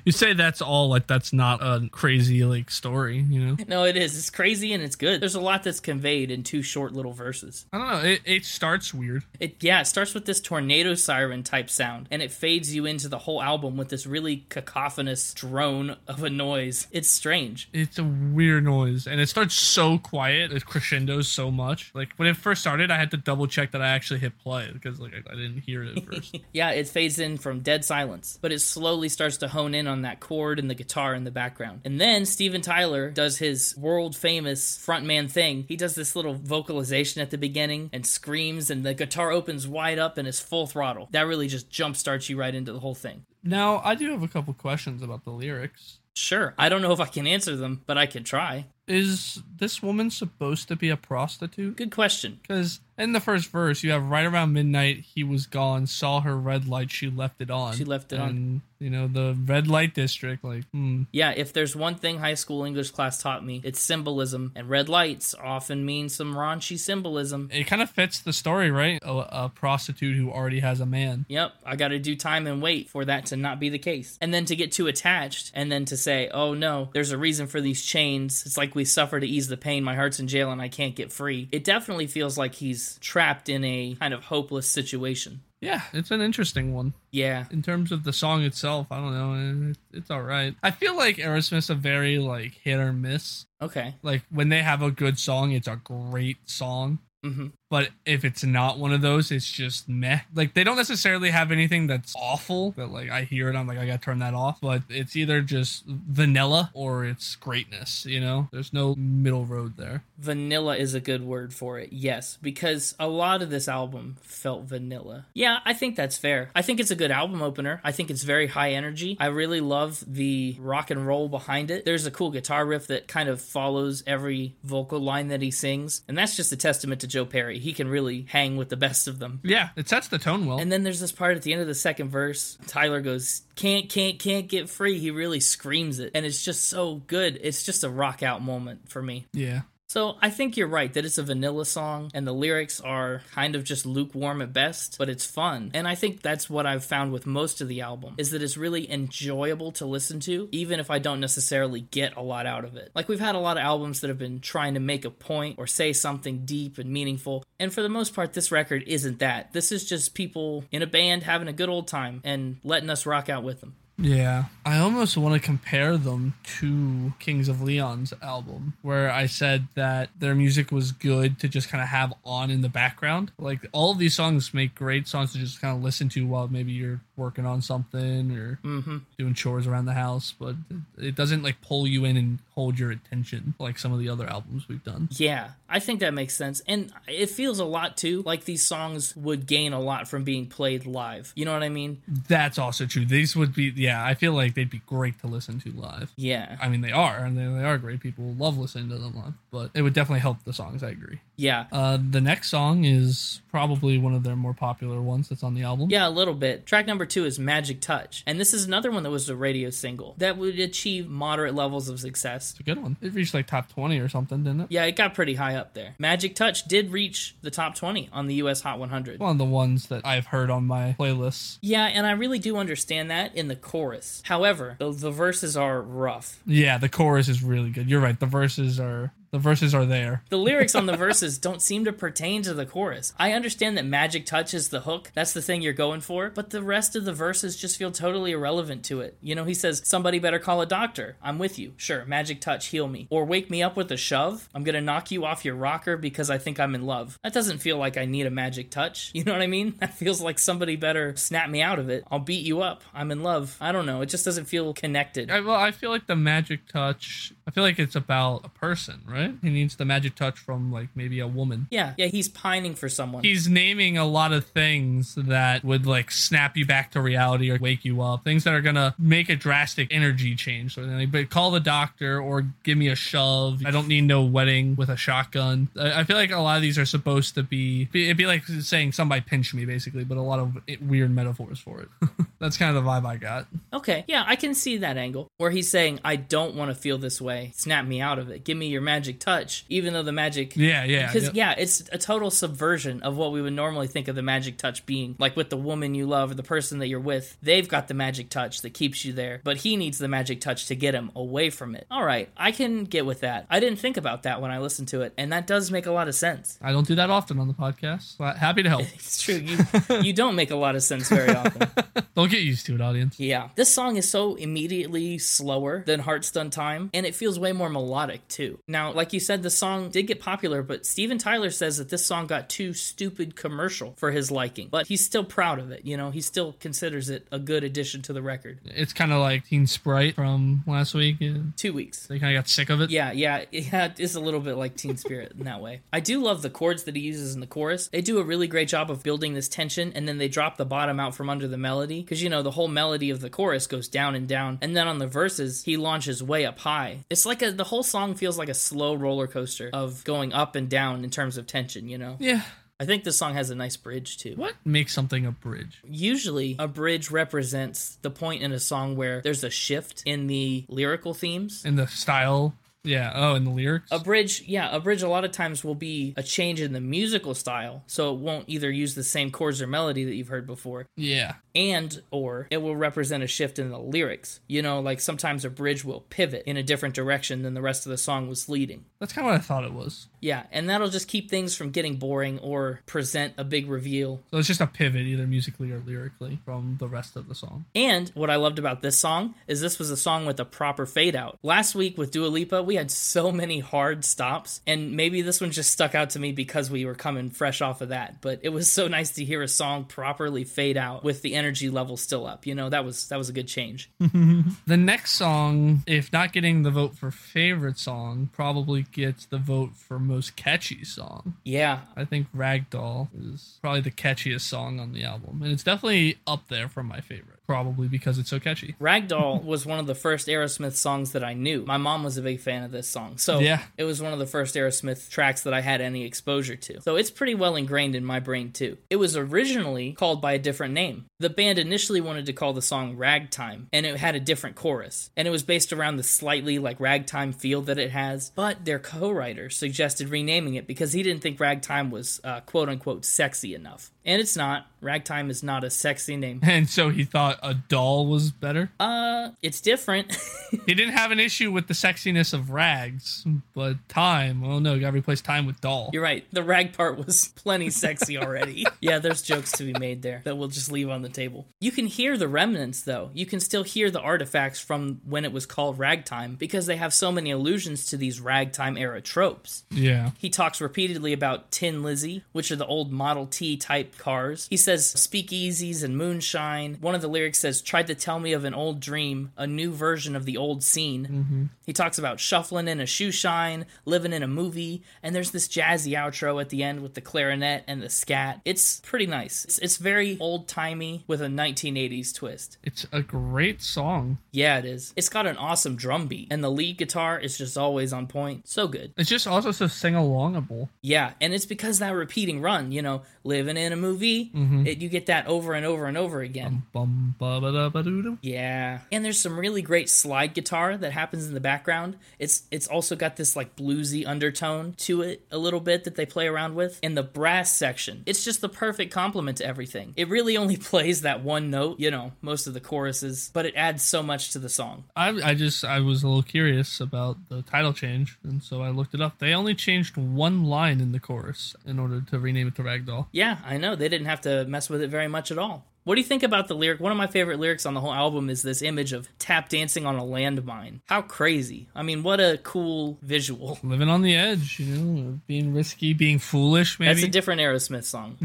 Speaker 2: You say that's all like that's not a crazy like story, you know?
Speaker 1: No, it is. It's crazy and it's good. There's a lot that's conveyed in two short little verses.
Speaker 2: I don't know. It, it starts weird.
Speaker 1: It yeah, it starts with this tornado siren type sound, and it fades you into the whole album with this really cacophonous drone of a noise. It's strange.
Speaker 2: It's a weird noise, and it starts so quiet. It crescendos so much. Like when it first started, I had to double check that I actually hit play because like I, I didn't hear it at first.
Speaker 1: Yeah, it fades in from dead silence, but it slowly starts to hone in on that chord and the guitar in the background. And then Steven Tyler does his world famous frontman thing. He does this little vocalization at the beginning and screams, and the guitar opens wide up and is full throttle. That really just jumpstarts you right into the whole thing.
Speaker 2: now I do have a couple questions about the lyrics.
Speaker 1: Sure, I don't know if I can answer them, but I can try.
Speaker 2: Is this woman supposed to be a prostitute?
Speaker 1: Good question.
Speaker 2: Because in the first verse, you have right around midnight, he was gone, saw her red light, she left it on.
Speaker 1: She left it on.
Speaker 2: And, You know, the red light district, like, hmm.
Speaker 1: Yeah, if there's one thing high school English class taught me, it's symbolism, and red lights often mean some raunchy symbolism.
Speaker 2: It kind of fits the story, right? A, a prostitute who already has a man.
Speaker 1: Yep, I gotta do time and wait for that to not be the case. And then to get too attached, and then to say, oh no, there's a reason for these chains. It's like we suffer to ease the pain. My heart's in jail and I can't get free. It definitely feels like he's trapped in a kind of hopeless situation.
Speaker 2: Yeah, it's an interesting one.
Speaker 1: Yeah.
Speaker 2: in terms of the song itself, I don't know. eh, It, it's all right. I feel like Aerosmith's a very like hit or miss.
Speaker 1: Okay.
Speaker 2: Like when they have a good song, it's a great song.
Speaker 1: hmm
Speaker 2: But if it's not one of those, it's just meh. Like they don't necessarily have anything that's awful. That like I hear it, I'm like I gotta turn that off. But it's either just vanilla or it's greatness. You know, there's no middle road there.
Speaker 1: Vanilla is a good word for it, yes, because a lot of this album felt vanilla. Yeah, I think that's fair. I think it's a good album opener. I think it's very high energy. I really love the rock and roll behind it. There's a cool guitar riff that kind of follows every vocal line that he sings, and that's just a testament to Joe Perry. He can really hang with the best of them.
Speaker 2: Yeah, it sets the tone well.
Speaker 1: And then there's this part at the end of the second verse. Tyler goes, "Can't, can't, can't get free." He really screams it, and it's just so good. It's just a rock out moment for me.
Speaker 2: yeah.
Speaker 1: So I think you're right that it's a vanilla song and the lyrics are kind of just lukewarm at best, but it's fun. And I think that's what I've found with most of the album is that it's really enjoyable to listen to even if I don't necessarily get a lot out of it. Like we've had a lot of albums that have been trying to make a point or say something deep and meaningful, and for the most part this record isn't that. This is just people in a band having a good old time and letting us rock out with them.
Speaker 2: Yeah. I almost want to compare them to Kings of Leon's album, where I said that their music was good to just kind of have on in the background. Like, all of these songs make great songs to just kind of listen to while maybe you're working on something or
Speaker 1: Mhm.
Speaker 2: doing chores around the house, but it doesn't like pull you in and hold your attention like some of the other albums we've done.
Speaker 1: Yeah, I think that makes sense. And it feels a lot too like these songs would gain a lot from being played live. You know what I mean?
Speaker 2: That's also true. These would be, yeah, I feel like they'd be great to listen to live.
Speaker 1: Yeah.
Speaker 2: I mean, they are, and they, they are great. People love listening to them live, but it would definitely help the songs. I agree.
Speaker 1: Yeah.
Speaker 2: Uh, the next song is probably one of their more popular ones that's on the album.
Speaker 1: Yeah, a little bit. Track number two is Magic Touch. And this is another one that was a radio single that would achieve moderate levels of success.
Speaker 2: It's a good one. It reached like top 20 or something, didn't it?
Speaker 1: Yeah, it got pretty high up there. Magic Touch did reach the top 20 on the US Hot 100.
Speaker 2: One of the ones that I've heard on my playlists.
Speaker 1: Yeah, and I really do understand that in the chorus. However, the, the verses are rough.
Speaker 2: Yeah, the chorus is really good. You're right. The verses are the verses are there.
Speaker 1: The lyrics on the verses don't seem to pertain to the chorus. I understand that magic touch is the hook, that's the thing you're going for, but the rest of the verses just feel totally irrelevant to it. You know, he says, Somebody better call a doctor. I'm with you. Sure, magic touch, heal me. Or wake me up with a shove. I'm gonna knock you off your rocker because I think I'm in love. That doesn't feel like I need a magic touch. You know what I mean? That feels like somebody better snap me out of it. I'll beat you up. I'm in love. I don't know. It just doesn't feel connected.
Speaker 2: I, well, I feel like the magic touch. I feel like it's about a person, right? He needs the magic touch from like maybe a woman.
Speaker 1: Yeah, yeah, he's pining for someone.
Speaker 2: he's naming a lot of things that would like snap you back to reality or wake you up things that are gonna make a drastic energy change so like, but call the doctor or give me a shove i don't need no wedding with a shotgun i, I feel like a lot of these are supposed to be be- it'd be like saying somebody pinch me basically but a lot of it- weird metaphors for it that's kind of the vibe i got
Speaker 1: Okay, yeah, I can see that angle where he's saying, "I don't want to feel this way. Snap me out of it. Give me your magic touch." Even though the magic,
Speaker 2: yeah yeah
Speaker 1: because
Speaker 2: yep.
Speaker 1: yeah, it's a total subversion of what we would normally think of the magic touch being, like with the woman you love or the person that you're with. They've got the magic touch that keeps you there, but he needs the magic touch to get him away from it. All right, I can get with that. I didn't think about that when I listened to it, and that does make a lot of sense.
Speaker 2: i don't do that often on the podcast but happy to help
Speaker 1: It's true. You you don't make a lot of sense very often.
Speaker 2: don't get used to it audience
Speaker 1: Yeah. This song is so immediately slower than Heart's Done Time, and it feels way more melodic, too. Now, like you said, the song did get popular, but Steven Tyler says that this song got too stupid commercial for his liking, but he's still proud of it. You know, he still considers it a good addition to the record.
Speaker 2: it's kind of like teen sprite from last week yeah.
Speaker 1: Two weeks.
Speaker 2: they kind of got sick of it
Speaker 1: Yeah, yeah, yeah. It is a little bit like Teen Spirit in that way. I do love the chords that he uses in the chorus. They do a really great job of building this tension, and then they drop the bottom out from under the melody because you know the whole melody of the chorus goes down and down, and then on the verses he launches way up high. It's like a, the whole song feels like a slow roller coaster of going up and down in terms of tension, you know?
Speaker 2: Yeah.
Speaker 1: I think this song has a nice bridge too.
Speaker 2: What makes something a bridge?
Speaker 1: Usually, a bridge represents the point in a song where there's a shift in the lyrical themes.
Speaker 2: In the style? Yeah. Oh, in the lyrics?
Speaker 1: A bridge, yeah, a bridge a lot of times will be a change in the musical style, so it won't either use the same chords or melody that you've heard before,
Speaker 2: yeah.
Speaker 1: and or it will represent a shift in the lyrics. You know, like sometimes a bridge will pivot in a different direction than the rest of the song was leading.
Speaker 2: That's kind of what I thought it was.
Speaker 1: Yeah, and that'll just keep things from getting boring or present a big reveal
Speaker 2: So it's just a pivot, either musically or lyrically, from the rest of the song.
Speaker 1: And what I loved about this song is this was a song with a proper fade out. Last week with Dua Lipa, we had so many hard stops, and maybe this one just stuck out to me because we were coming fresh off of that. But it was so nice to hear a song properly fade out with the energy level still up. You know, that was that was a good change.
Speaker 2: The next song, if not getting the vote for favorite song, probably gets the vote for most catchy song.
Speaker 1: yeah.
Speaker 2: I think Ragdoll is probably the catchiest song on the album. And it's definitely up there for my favorite, probably because it's so catchy.
Speaker 1: Ragdoll was one of the first Aerosmith songs that I knew. My mom was a big fan of this song. So
Speaker 2: Yeah.
Speaker 1: it was one of the first Aerosmith tracks that I had any exposure to. So it's pretty well ingrained in my brain, too. It was originally called by a different name. The band initially wanted to call the song Ragtime, and it had a different chorus. And it was based around the slightly like ragtime feel that it has. But their co writer suggested renaming it because he didn't think Ragtime was uh, quote unquote sexy enough. And it's not. Ragtime is not a sexy name.
Speaker 2: And so he thought a doll was better.
Speaker 1: Uh, it's different.
Speaker 2: He didn't have an issue with the sexiness of rags, but time. Well, no, you gotta replace time with doll.
Speaker 1: You're right. The rag part was plenty sexy already. yeah, there's jokes to be made there that we'll just leave on the table. You can hear the remnants, though. You can still hear the artifacts from when it was called ragtime because they have so many allusions to these ragtime era tropes.
Speaker 2: yeah.
Speaker 1: He talks repeatedly about Tin Lizzie, which are the old Model T type cars. He says speakeasies and moonshine. One of the lyrics says, tried to tell me of an old dream, a new version of the old scene. He talks about shuffling in a shoe shine, living in a movie, and there's this jazzy outro at the end with the clarinet and the scat. It's pretty nice. It's, it's very old timey with a 1980s twist.
Speaker 2: It's a great song.
Speaker 1: Yeah, it is. It's got an awesome drum beat, and the lead guitar is just always on point. So good.
Speaker 2: It's just also so sing alongable.
Speaker 1: Yeah, and it's because that repeating run, you know, living in a movie, it, you get that over and over and over again.
Speaker 2: Um. Bum ba ba da ba doo doo.
Speaker 1: Yeah. And there's some really great slide guitar that happens in the background. It's it's also got this like bluesy undertone to it a little bit that they play around with. And the brass section, it's just the perfect complement to everything. It really only plays that one note, you know, most of the choruses, but it adds so much to the song.
Speaker 2: I, I just I was a little curious about the title change, and so I looked it up. They only changed one line in the chorus in order to rename it to Ragdoll.
Speaker 1: Yeah, I know. They didn't have to mess with it very much at all. What do you think about the lyric? One of my favorite lyrics on the whole album is this image of tap dancing on a landmine. How crazy. I mean, what a cool visual.
Speaker 2: Living on the edge, you know, being risky, being foolish, maybe.
Speaker 1: That's a different Aerosmith song.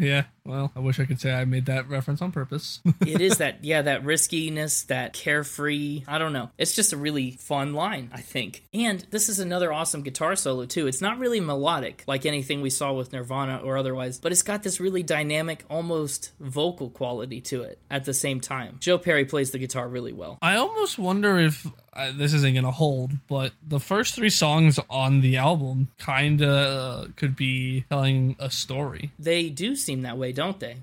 Speaker 2: yeah. Well, I wish I could say I made that reference on purpose.
Speaker 1: it is that yeah that riskiness that carefree i don't know it's just a really fun line i think and this is another awesome guitar solo too it's not really melodic like anything we saw with nirvana or otherwise but it's got this really dynamic almost vocal quality to it at the same time joe perry plays the guitar really well
Speaker 2: I almost wonder if uh, this isn't gonna hold, but the first three songs on the album kinda uh, could be telling a story,
Speaker 1: they do seem that way don't they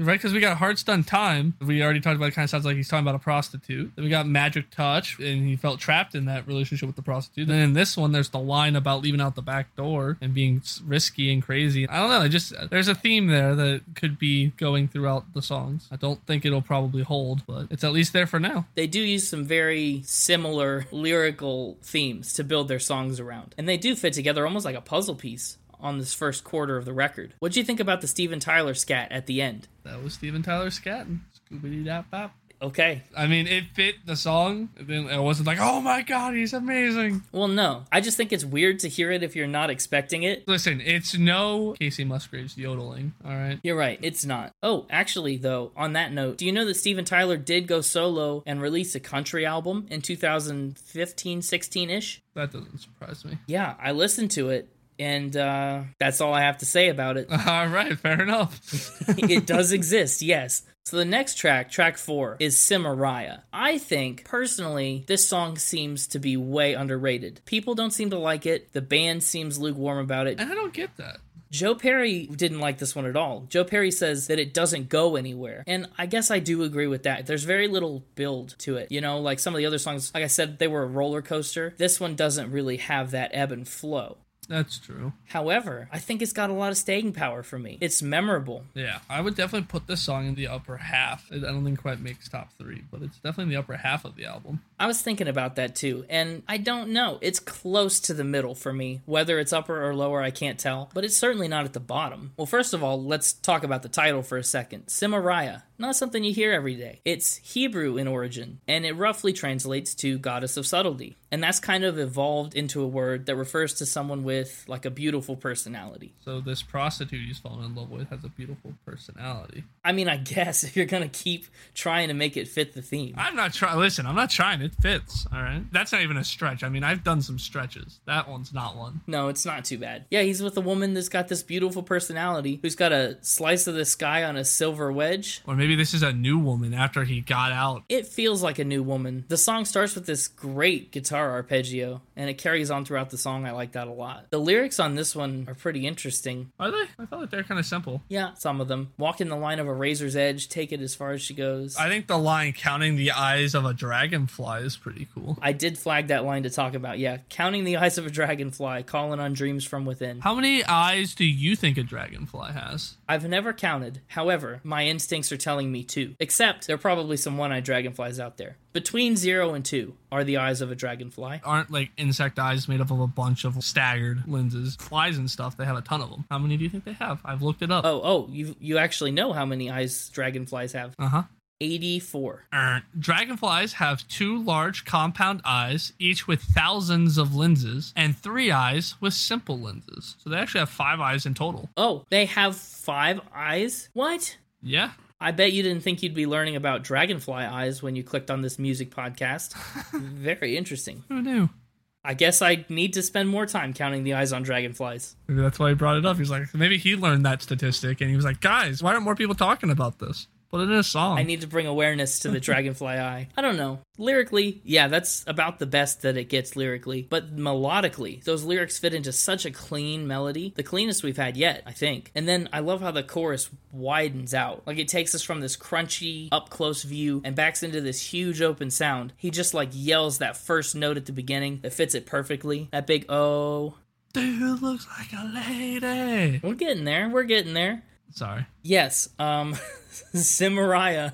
Speaker 2: right? Because we got Heart's Done Time. We already talked about. It kind of sounds like he's talking about a prostitute. Then we got Magic Touch, and he felt trapped in that relationship with the prostitute. Then in this one, there's the line about leaving out the back door and being s- risky and crazy. I don't know. I just uh, there's a theme there that could be going throughout the songs. I don't think it'll probably hold, but it's at least there for now.
Speaker 1: they do use some very similar lyrical themes to build their songs around. And they do fit together almost like a puzzle piece on this first quarter of the record. What'd you think about the Steven Tyler scat at the end?
Speaker 2: That was Steven Tyler Scatton. Scooby Doo Dap Bap.
Speaker 1: Okay.
Speaker 2: I mean, it fit the song. It didn't- it wasn't like, oh my god, he's amazing.
Speaker 1: Well, no. I just think it's weird to hear it if you're not expecting it.
Speaker 2: Listen, it's no Casey Musgraves yodeling. All right.
Speaker 1: You're right, it's not. Oh, actually, though, on that note, do you know that Steven Tyler did go solo and release a country album in 2015, 16 ish?
Speaker 2: That doesn't surprise me.
Speaker 1: Yeah, I listened to it And uh, that's all I have to say about it.
Speaker 2: All right, fair enough.
Speaker 1: it does exist, yes. So the next track, track four, is Cimaraya. I think, personally, this song seems to be way underrated. People don't seem to like it. The band seems lukewarm about it.
Speaker 2: And I don't get that.
Speaker 1: Joe Perry didn't like this one at all. Joe Perry says that it doesn't go anywhere. And I guess I do agree with that. There's very little build to it. You know, like some of the other songs, like I said, they were a roller coaster. This one doesn't really have that ebb and flow.
Speaker 2: That's true.
Speaker 1: However, I think it's got a lot of staying power for me. It's memorable.
Speaker 2: Yeah, I would definitely put this song in the upper half. I don't think quite makes top three, but it's definitely in the upper half of the album.
Speaker 1: I was thinking about that too, and I don't know. It's close to the middle for me. Whether it's upper or lower, I can't tell, but it's certainly not at the bottom. Well, first of all, let's talk about the title for a second Cimaraya. Not something you hear every day. It's Hebrew in origin, and it roughly translates to goddess of subtlety. And that's kind of evolved into a word that refers to someone with like a beautiful personality.
Speaker 2: So this prostitute he's fallen in love with has a beautiful personality.
Speaker 1: I mean, I guess if you're gonna keep trying to make it fit the theme.
Speaker 2: I'm not trying. Listen, I'm not trying. It fits. All right. That's not even a stretch. I mean, I've done some stretches. That one's not one.
Speaker 1: No, it's not too bad. Yeah, he's with a woman that's got this beautiful personality, who's got a slice of the sky on a silver wedge.
Speaker 2: Or maybe this is a new woman after he got out.
Speaker 1: It feels like a new woman. The song starts with this great guitar arpeggio, and it carries on throughout the song. I like that a lot. The lyrics on this one are pretty interesting.
Speaker 2: Are they? I felt like they're kind of simple.
Speaker 1: Yeah, some of them. Walk in the line of a razor's edge, take it as far as she goes.
Speaker 2: I think the line counting the eyes of a dragonfly is pretty cool.
Speaker 1: I did flag that line to talk about. Yeah, counting the eyes of a dragonfly, calling on dreams from within.
Speaker 2: How many eyes do you think a dragonfly has?
Speaker 1: I've never counted. However, my instincts are telling me two. Except there are probably some one-eyed dragonflies out there. Between zero and two are the eyes of a dragonfly.
Speaker 2: Aren't like insect eyes made up of a bunch of staggered lenses? Flies and stuff, they have a ton of them. How many do you think they have? I've looked it up.
Speaker 1: Oh, oh, you you actually know how many eyes dragonflies have?
Speaker 2: Uh huh.
Speaker 1: 84.
Speaker 2: Er, Dragonflies have two large compound eyes, each with thousands of lenses, and three eyes with simple lenses. So they actually have five eyes in total.
Speaker 1: Oh, they have five eyes? What?
Speaker 2: Yeah.
Speaker 1: I bet you didn't think you'd be learning about dragonfly eyes when you clicked on this music podcast. Very interesting.
Speaker 2: Who knew?
Speaker 1: I guess I need to spend more time counting the eyes on dragonflies.
Speaker 2: Maybe that's why he brought it up. He's like, maybe he learned that statistic and he was like, guys, why aren't more people talking about this? Put it in a song.
Speaker 1: I need to bring awareness to the dragonfly eye. I don't know. Lyrically, yeah, that's about the best that it gets lyrically, but melodically, those lyrics fit into such a clean melody, the cleanest we've had yet, I think. And then I love how the chorus widens out. Like it takes us from this crunchy, up close view and backs into this huge open sound. He just like yells that first note at the beginning that fits it perfectly. That big O.
Speaker 2: Dude looks like a lady.
Speaker 1: We're getting there. We're getting there.
Speaker 2: Sorry.
Speaker 1: Yes, um Cimaraya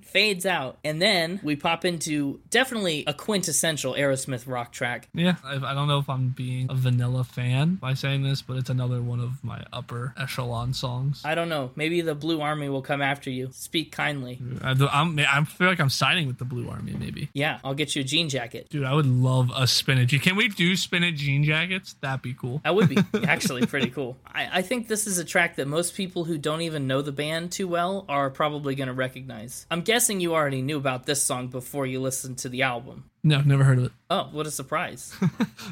Speaker 1: fades out and then we pop into definitely a quintessential Aerosmith rock track.
Speaker 2: Yeah, I, I don't know if I'm being a vanilla fan by saying this, but it's another one of my upper echelon songs.
Speaker 1: I don't know, maybe the Blue Army will come after you. Speak kindly.
Speaker 2: I, I'm, I feel like I'm siding with the Blue Army, maybe.
Speaker 1: Yeah, I'll get you a jean jacket.
Speaker 2: Dude, I would love a spinach. Can we do spinach jean jackets? That'd be cool.
Speaker 1: That would be actually pretty cool. I, I think this is a track that most people who don't even know the band too well are probably going to recognize. I'm guessing you already knew about this song before you listened to the album.
Speaker 2: No, never heard of it.
Speaker 1: Oh, what a surprise.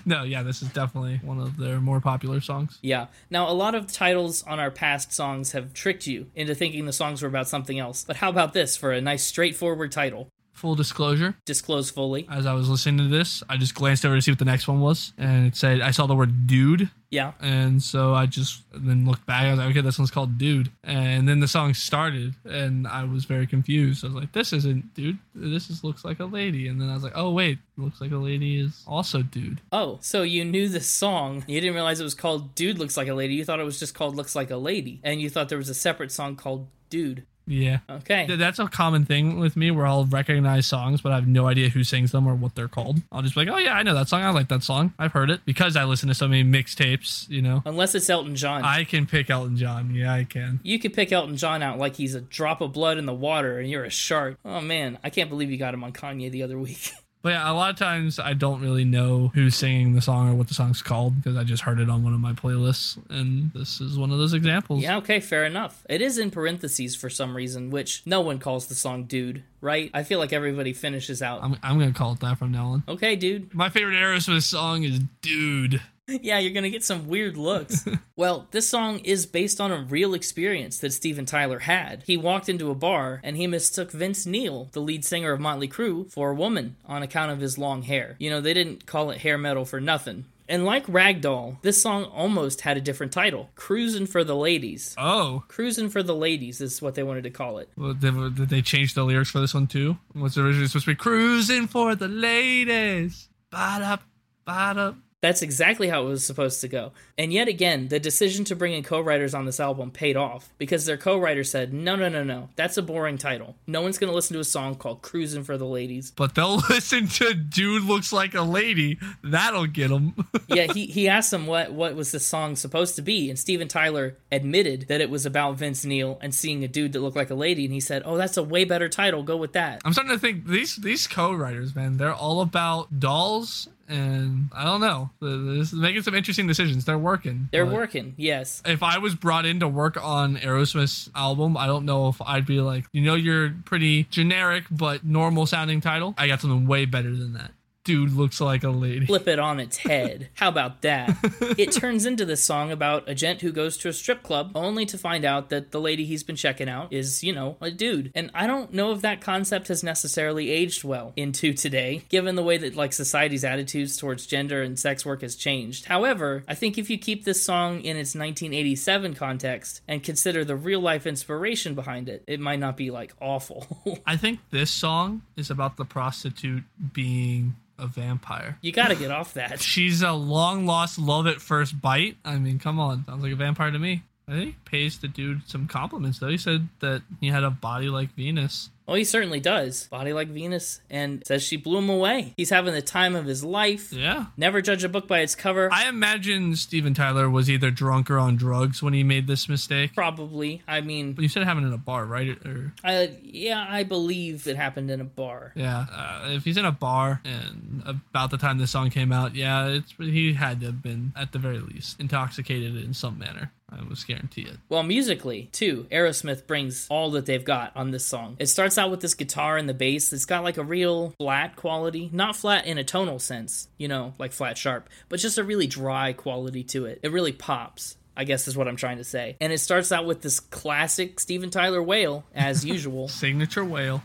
Speaker 2: No, yeah, this is definitely one of their more popular songs.
Speaker 1: yeah. Now, a lot of titles on our past songs have tricked you into thinking the songs were about something else. But how about this for a nice, straightforward title?
Speaker 2: Full disclosure,
Speaker 1: Disclose fully.
Speaker 2: as I was listening to this, I just glanced over to see what the next one was, and it said I saw the word dude,
Speaker 1: Yeah.
Speaker 2: and so I just then looked back. I was like, okay, this one's called dude, and then the song started, and I was very confused. I was like, this isn't dude. This is looks like a lady, and then I was like, oh wait, looks like a lady is also dude.
Speaker 1: Oh, so you knew the song. You didn't realize it was called Dude Looks Like a Lady. You thought it was just called Looks Like a Lady. And you thought there was a separate song called Dude.
Speaker 2: Yeah.
Speaker 1: Okay.
Speaker 2: Th- That's a common thing with me where I'll recognize songs, but I have no idea who sings them or what they're called. I'll just be like, oh, yeah, I know that song. I like that song. I've heard it because I listen to so many mixtapes, you know.
Speaker 1: Unless it's Elton John.
Speaker 2: I can pick Elton John. Yeah, I can.
Speaker 1: you could pick Elton John out like he's a drop of blood in the water and you're a shark. Oh man, I can't believe you got him on Kanye the other week.
Speaker 2: But yeah, a lot of times I don't really know who's singing the song or what the song's called because I just heard it on one of my playlists. And this is one of those examples.
Speaker 1: Yeah, okay, fair enough. It is in parentheses for some reason, which no one calls the song dude, right? I feel like everybody finishes out.
Speaker 2: I'm, I'm going to call it that from now on.
Speaker 1: okay, dude.
Speaker 2: My favorite Aerosmith song is Dude.
Speaker 1: yeah, you're going to get some weird looks. well, this song is based on a real experience that Steven Tyler had. He walked into a bar and he mistook Vince Neil, the lead singer of Motley Crue, for a woman on account of his long hair. You know, they didn't call it hair metal for nothing. And like Ragdoll, this song almost had a different title Cruisin' for the Ladies.
Speaker 2: Oh,
Speaker 1: Cruisin' for the Ladies is what they wanted to call it.
Speaker 2: well, did, did they change the lyrics for this one too? What's originally supposed to be cruising for the ladies? Bada, up, bada. up.
Speaker 1: That's exactly how it was supposed to go. And yet again, the decision to bring in co writers on this album paid off because their co writer said, No, no, no, no, that's a boring title. No one's going to listen to a song called Cruisin' for the Ladies.
Speaker 2: But they'll listen to "Dude Looks Like a Lady." That'll get them.
Speaker 1: yeah, he, he asked them what, what was this song supposed to be, and Steven Tyler admitted that it was about Vince Neil and seeing a dude that looked like a lady, and he said, Oh, that's a way better title. Go with that.
Speaker 2: I'm starting to think these these co-writers, man, they're all about dolls, and I don't know. This is making some interesting decisions. They're working.
Speaker 1: They're
Speaker 2: but
Speaker 1: working, yes.
Speaker 2: If I was brought in to work on Aerosmith's album, I don't know if I'd be like, you know, you're pretty generic but normal sounding title. I got something way better than that. Dude looks like a lady.
Speaker 1: flip it on its head. How about that? It turns into this song about a gent who goes to a strip club only to find out that the lady he's been checking out is, you know, a dude. And I don't know if that concept has necessarily aged well into today, given the way that like society's attitudes towards gender and sex work has changed. However, I think if you keep this song in its 1987 context and consider the real life inspiration behind it, it might not be like awful.
Speaker 2: I think this song is about the prostitute being a vampire.
Speaker 1: you got to get off that.
Speaker 2: She's a long lost love at first bite. I mean, come on. Sounds like a vampire to me. I think he pays the dude some compliments, though. He said that he had a body like Venus.
Speaker 1: Oh, he certainly does. Body like Venus, and says she blew him away. He's having the time of his life.
Speaker 2: Yeah.
Speaker 1: Never judge a book by its cover.
Speaker 2: I imagine Steven Tyler was either drunk or on drugs when he made this mistake.
Speaker 1: Probably. I mean,
Speaker 2: But you said having it in a bar, right? Or
Speaker 1: I, yeah, I believe it happened in a bar.
Speaker 2: yeah, uh, if he's in a bar and about the time this song came out, yeah, it's he had to have been at the very least intoxicated in some manner. I was guarantee it.
Speaker 1: Well, musically, too, Aerosmith brings all that they've got on this song. It starts out with this guitar and the bass. It's got like a real flat quality. Not flat in a tonal sense, you know, like flat sharp, but just a really dry quality to it. It really pops. I guess is what I'm trying to say. And it starts out with this classic Steven Tyler wail, as usual.
Speaker 2: Signature whale.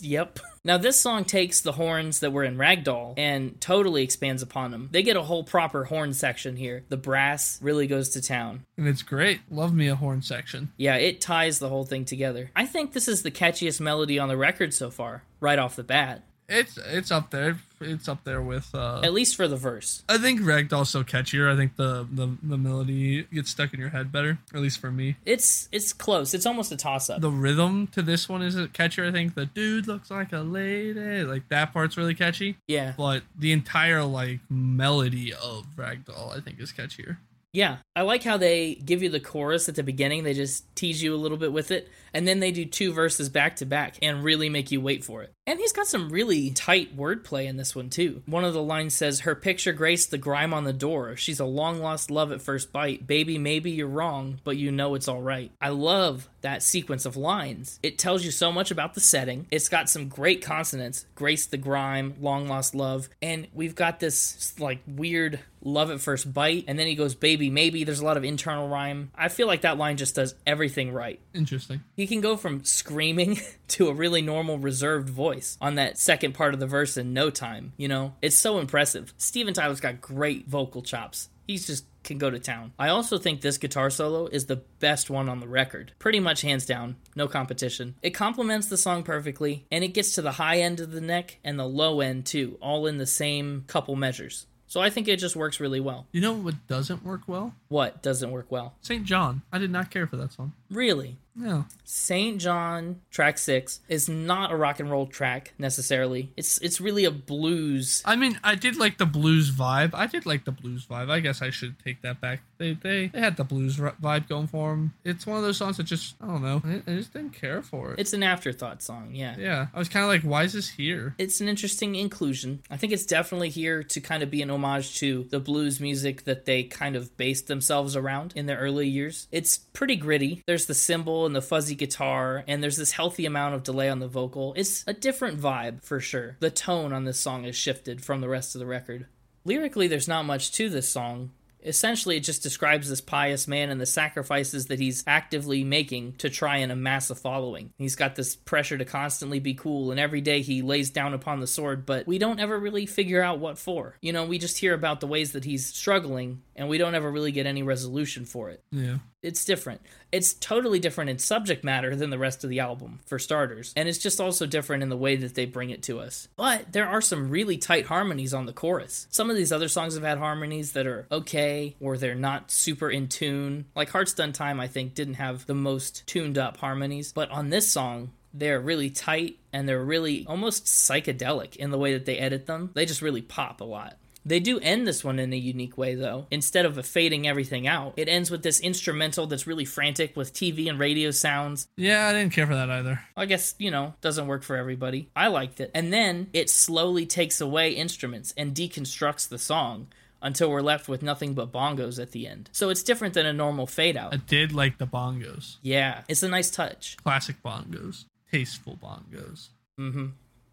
Speaker 1: Yep. Now, this song takes the horns that were in Ragdoll and totally expands upon them. They get a whole proper horn section here. The brass really goes to town.
Speaker 2: And it's great. Love me a horn section.
Speaker 1: Yeah, it ties the whole thing together. I think this is the catchiest melody on the record so far, right off the bat,
Speaker 2: It's it's up there. It's up there with. Uh,
Speaker 1: at least for the verse.
Speaker 2: I think Ragdoll's so catchier. I think the, the the melody gets stuck in your head better. At least for me,
Speaker 1: It's it's close. It's almost a toss up.
Speaker 2: the rhythm to this one is catchier. I think the dude looks like a lady. Like that part's really catchy.
Speaker 1: Yeah.
Speaker 2: But the entire like melody of Ragdoll, I think, is catchier.
Speaker 1: Yeah, I like how they give you the chorus at the beginning. They just tease you a little bit with it, and then they do two verses back to back and really make you wait for it. And he's got some really tight wordplay in this one, too. One of the lines says, Her picture graced the grime on the door. She's a long lost love at first bite. Baby, maybe you're wrong, but you know it's all right. I love that sequence of lines. It tells you so much about the setting. It's got some great consonants Grace the Grime, Long Lost Love, and we've got this like weird love at first bite, and then he goes, Baby, maybe. There's a lot of internal rhyme. I feel like that line just does everything right.
Speaker 2: Interesting.
Speaker 1: He can go from screaming to a really normal, reserved voice on that second part of the verse in no time. You know, it's so impressive. Steven Tyler's got great vocal chops. He's just can go to town. I also think this guitar solo is the best one on the record. Pretty much hands down, no competition. It complements the song perfectly, and it gets to the high end of the neck and the low end too, all in the same couple measures. So I think it just works really well.
Speaker 2: You know what doesn't work well?
Speaker 1: What doesn't work well?
Speaker 2: Saint John. I did not care for that song.
Speaker 1: Really,
Speaker 2: No.
Speaker 1: Saint John track six is not a rock and roll track necessarily. It's it's really a blues.
Speaker 2: I mean, I did like the blues vibe. I did like the blues vibe. I guess I should take that back. They they, they had the blues ri- vibe going for them. It's one of those songs that just I don't know. I, I just didn't care for it.
Speaker 1: It's an afterthought song, yeah.
Speaker 2: yeah, I was kind of like, why is this here?
Speaker 1: It's an interesting inclusion. I think it's definitely here to kind of be an homage to the blues music that they kind of based themselves around in their early years. It's pretty gritty. There's the cymbal and the fuzzy guitar, and there's this healthy amount of delay on the vocal. It's a different vibe for sure. The tone on this song is shifted from the rest of the record. Lyrically, there's not much to this song. Essentially, it just describes this pious man and the sacrifices that he's actively making to try and amass a following. He's got this pressure to constantly be cool, and every day he lays down upon the sword, but we don't ever really figure out what for. You know, we just hear about the ways that he's struggling, and we don't ever really get any resolution for it
Speaker 2: Yeah.
Speaker 1: it's different. It's totally different in subject matter than the rest of the album, for starters. And it's just also different in the way that they bring it to us. But there are some really tight harmonies on the chorus. Some of these other songs have had harmonies that are okay or they're not super in tune. Like Heart's Done Time, I think, didn't have the most tuned up harmonies. But on this song, they're really tight and they're really almost psychedelic in the way that they edit them. They just really pop a lot. They do end this one in a unique way, though. Instead of fading everything out, it ends with this instrumental that's really frantic with TV and radio sounds.
Speaker 2: Yeah, I didn't care for that either.
Speaker 1: I guess, you know, doesn't work for everybody. I liked it. And then it slowly takes away instruments and deconstructs the song until we're left with nothing but bongos at the end. So it's different than a normal fade out.
Speaker 2: I did like the bongos.
Speaker 1: Yeah, it's a nice touch.
Speaker 2: Classic bongos. Tasteful bongos.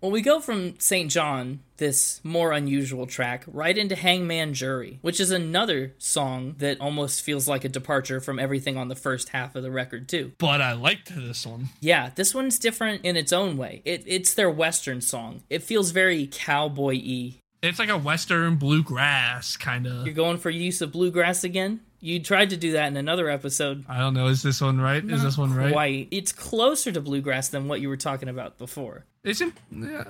Speaker 1: Well, we go from St. John, this more unusual track, right into Hangman Jury, which is another song that almost feels like a departure from everything on the first half of the record, too.
Speaker 2: But I liked this one.
Speaker 1: Yeah, this one's different in its own way. It, it's their Western song. It feels very cowboy y.
Speaker 2: It's like a western bluegrass kind of.
Speaker 1: You're going for use of bluegrass again? You tried to do that in another episode.
Speaker 2: I don't know. Is this one right? Is this one right?
Speaker 1: Why? It's closer to bluegrass than what you were talking about before.
Speaker 2: Isn't? Yeah,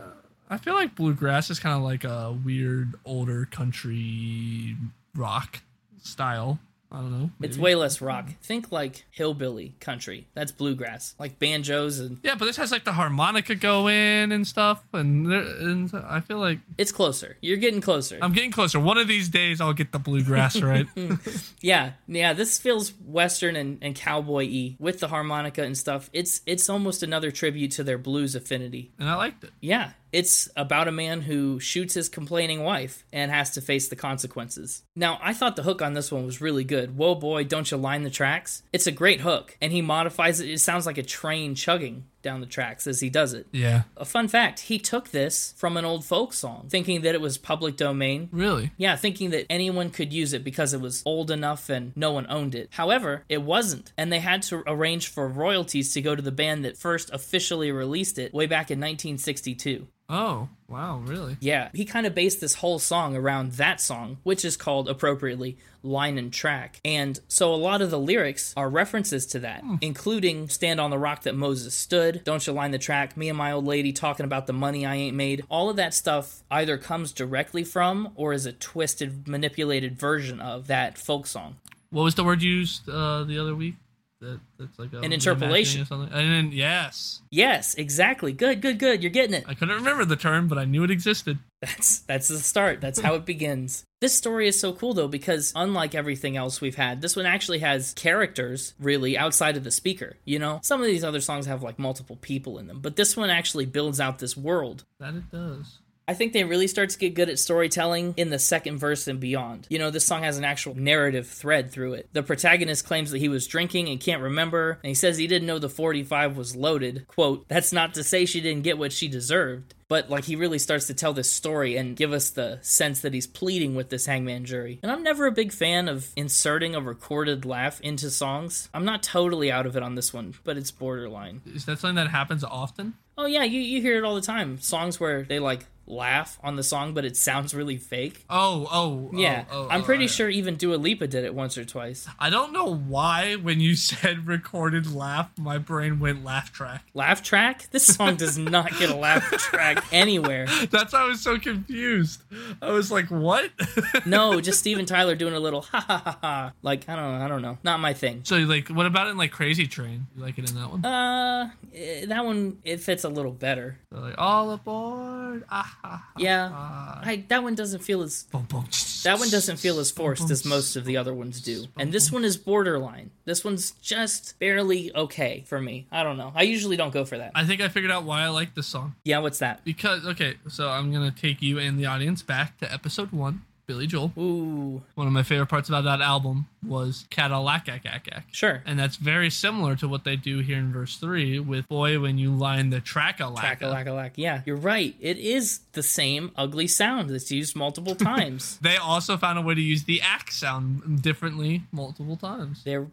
Speaker 2: I feel like bluegrass is kind of like a weird older country rock style. I don't know.
Speaker 1: It's
Speaker 2: maybe.
Speaker 1: way less rock. Think like hillbilly country. That's bluegrass. Like banjos and
Speaker 2: yeah, but this has like the harmonica go in and stuff, and, there, and I feel like
Speaker 1: It's closer. You're getting closer.
Speaker 2: I'm getting closer. One of these days, I'll get the bluegrass right.
Speaker 1: yeah, yeah. This feels western and, and cowboy y with the harmonica and stuff. It's it's almost another tribute to their blues affinity.
Speaker 2: and I liked it.
Speaker 1: Yeah, it's about a man who shoots his complaining wife and has to face the consequences. Now, I thought the hook on this one was really good. Whoa, boy, don't you line the tracks? It's a great hook, and he modifies it. It sounds like a train chugging down the tracks as he does it.
Speaker 2: Yeah,
Speaker 1: A fun fact he took this from an old folk song, thinking that it was public domain,
Speaker 2: really.
Speaker 1: Yeah, thinking that anyone could use it because it was old enough and no one owned it. However, it wasn't, and they had to arrange for royalties to go to the band that first officially released it way back in 1962.
Speaker 2: Oh wow, really.
Speaker 1: Yeah, he kind of based this whole song around that song, which is called appropriately Line and Track. And so a lot of the lyrics are references to that, including Stand on the Rock That Moses Stood, Don't You Line the Track, Me and My Old Lady Talking About the Money I Ain't Made. All of that stuff either comes directly from or is a twisted, manipulated version of that folk song.
Speaker 2: What was the word used uh, the other week? That that's like a reimagining
Speaker 1: interpolation.
Speaker 2: or something. And then, yes,
Speaker 1: Yes, exactly. Good, good, good. You're getting it.
Speaker 2: I couldn't remember the term, but I knew it existed.
Speaker 1: That's that's the start. That's how it begins. This story is so cool though because unlike everything else we've had, this one actually has characters really outside of the speaker, you know? Some of these other songs have like multiple people in them, but this one actually builds out this world.
Speaker 2: That it does.
Speaker 1: I think they really start to get good at storytelling in the second verse and beyond. You know, this song has an actual narrative thread through it. The protagonist claims that he was drinking and can't remember, and he says he didn't know the 45 was loaded. Quote, that's not to say she didn't get what she deserved. But, like, he really starts to tell this story and give us the sense that he's pleading with this hangman jury. And I'm never a big fan of inserting a recorded laugh into songs. I'm not totally out of it on this one, but it's borderline.
Speaker 2: Is that something that happens often?
Speaker 1: Oh yeah, you, you hear it all the time. Songs where they like laugh on the song, but it sounds really fake.
Speaker 2: Oh, oh, oh,
Speaker 1: Yeah,
Speaker 2: oh,
Speaker 1: I'm
Speaker 2: oh,
Speaker 1: pretty
Speaker 2: I-
Speaker 1: sure even Dua Lipa did it once or twice.
Speaker 2: I don't know why when you said recorded laugh, my brain went laugh track.
Speaker 1: Laugh track? This song does not get a laugh track anywhere.
Speaker 2: That's why I was so confused. I was like, what?
Speaker 1: No, just Steven Tyler doing a little ha ha ha ha. Like I don't know, I don't know. Not my thing.
Speaker 2: so like, what about in like Crazy Train? You like it in that one?
Speaker 1: Uh, eh, that one it fits a little better.
Speaker 2: They're like all aboard. Ah, ah, ah,
Speaker 1: Yeah,
Speaker 2: ah.
Speaker 1: I, that one doesn't feel as
Speaker 2: Boom, boom.
Speaker 1: That one doesn't feel as forced as most of the other ones do. And this one is borderline. This one's just barely okay for me. I don't know. I usually don't go for that.
Speaker 2: I think I figured out why I like this song.
Speaker 1: Yeah, what's that?
Speaker 2: Because okay, so I'm gonna take you and the audience back to episode one Billy Joel.
Speaker 1: Ooh,
Speaker 2: One of my favorite parts about that album was Cadillac Ack Ack Ack.
Speaker 1: sure.
Speaker 2: And that's very similar to what they do here in verse 3 with Boy, when you line the track a
Speaker 1: Lack a lack a lack. Yeah, you're right. It is the same ugly sound that's used multiple times.
Speaker 2: They also found a way to use the ack sound differently multiple times.
Speaker 1: They're.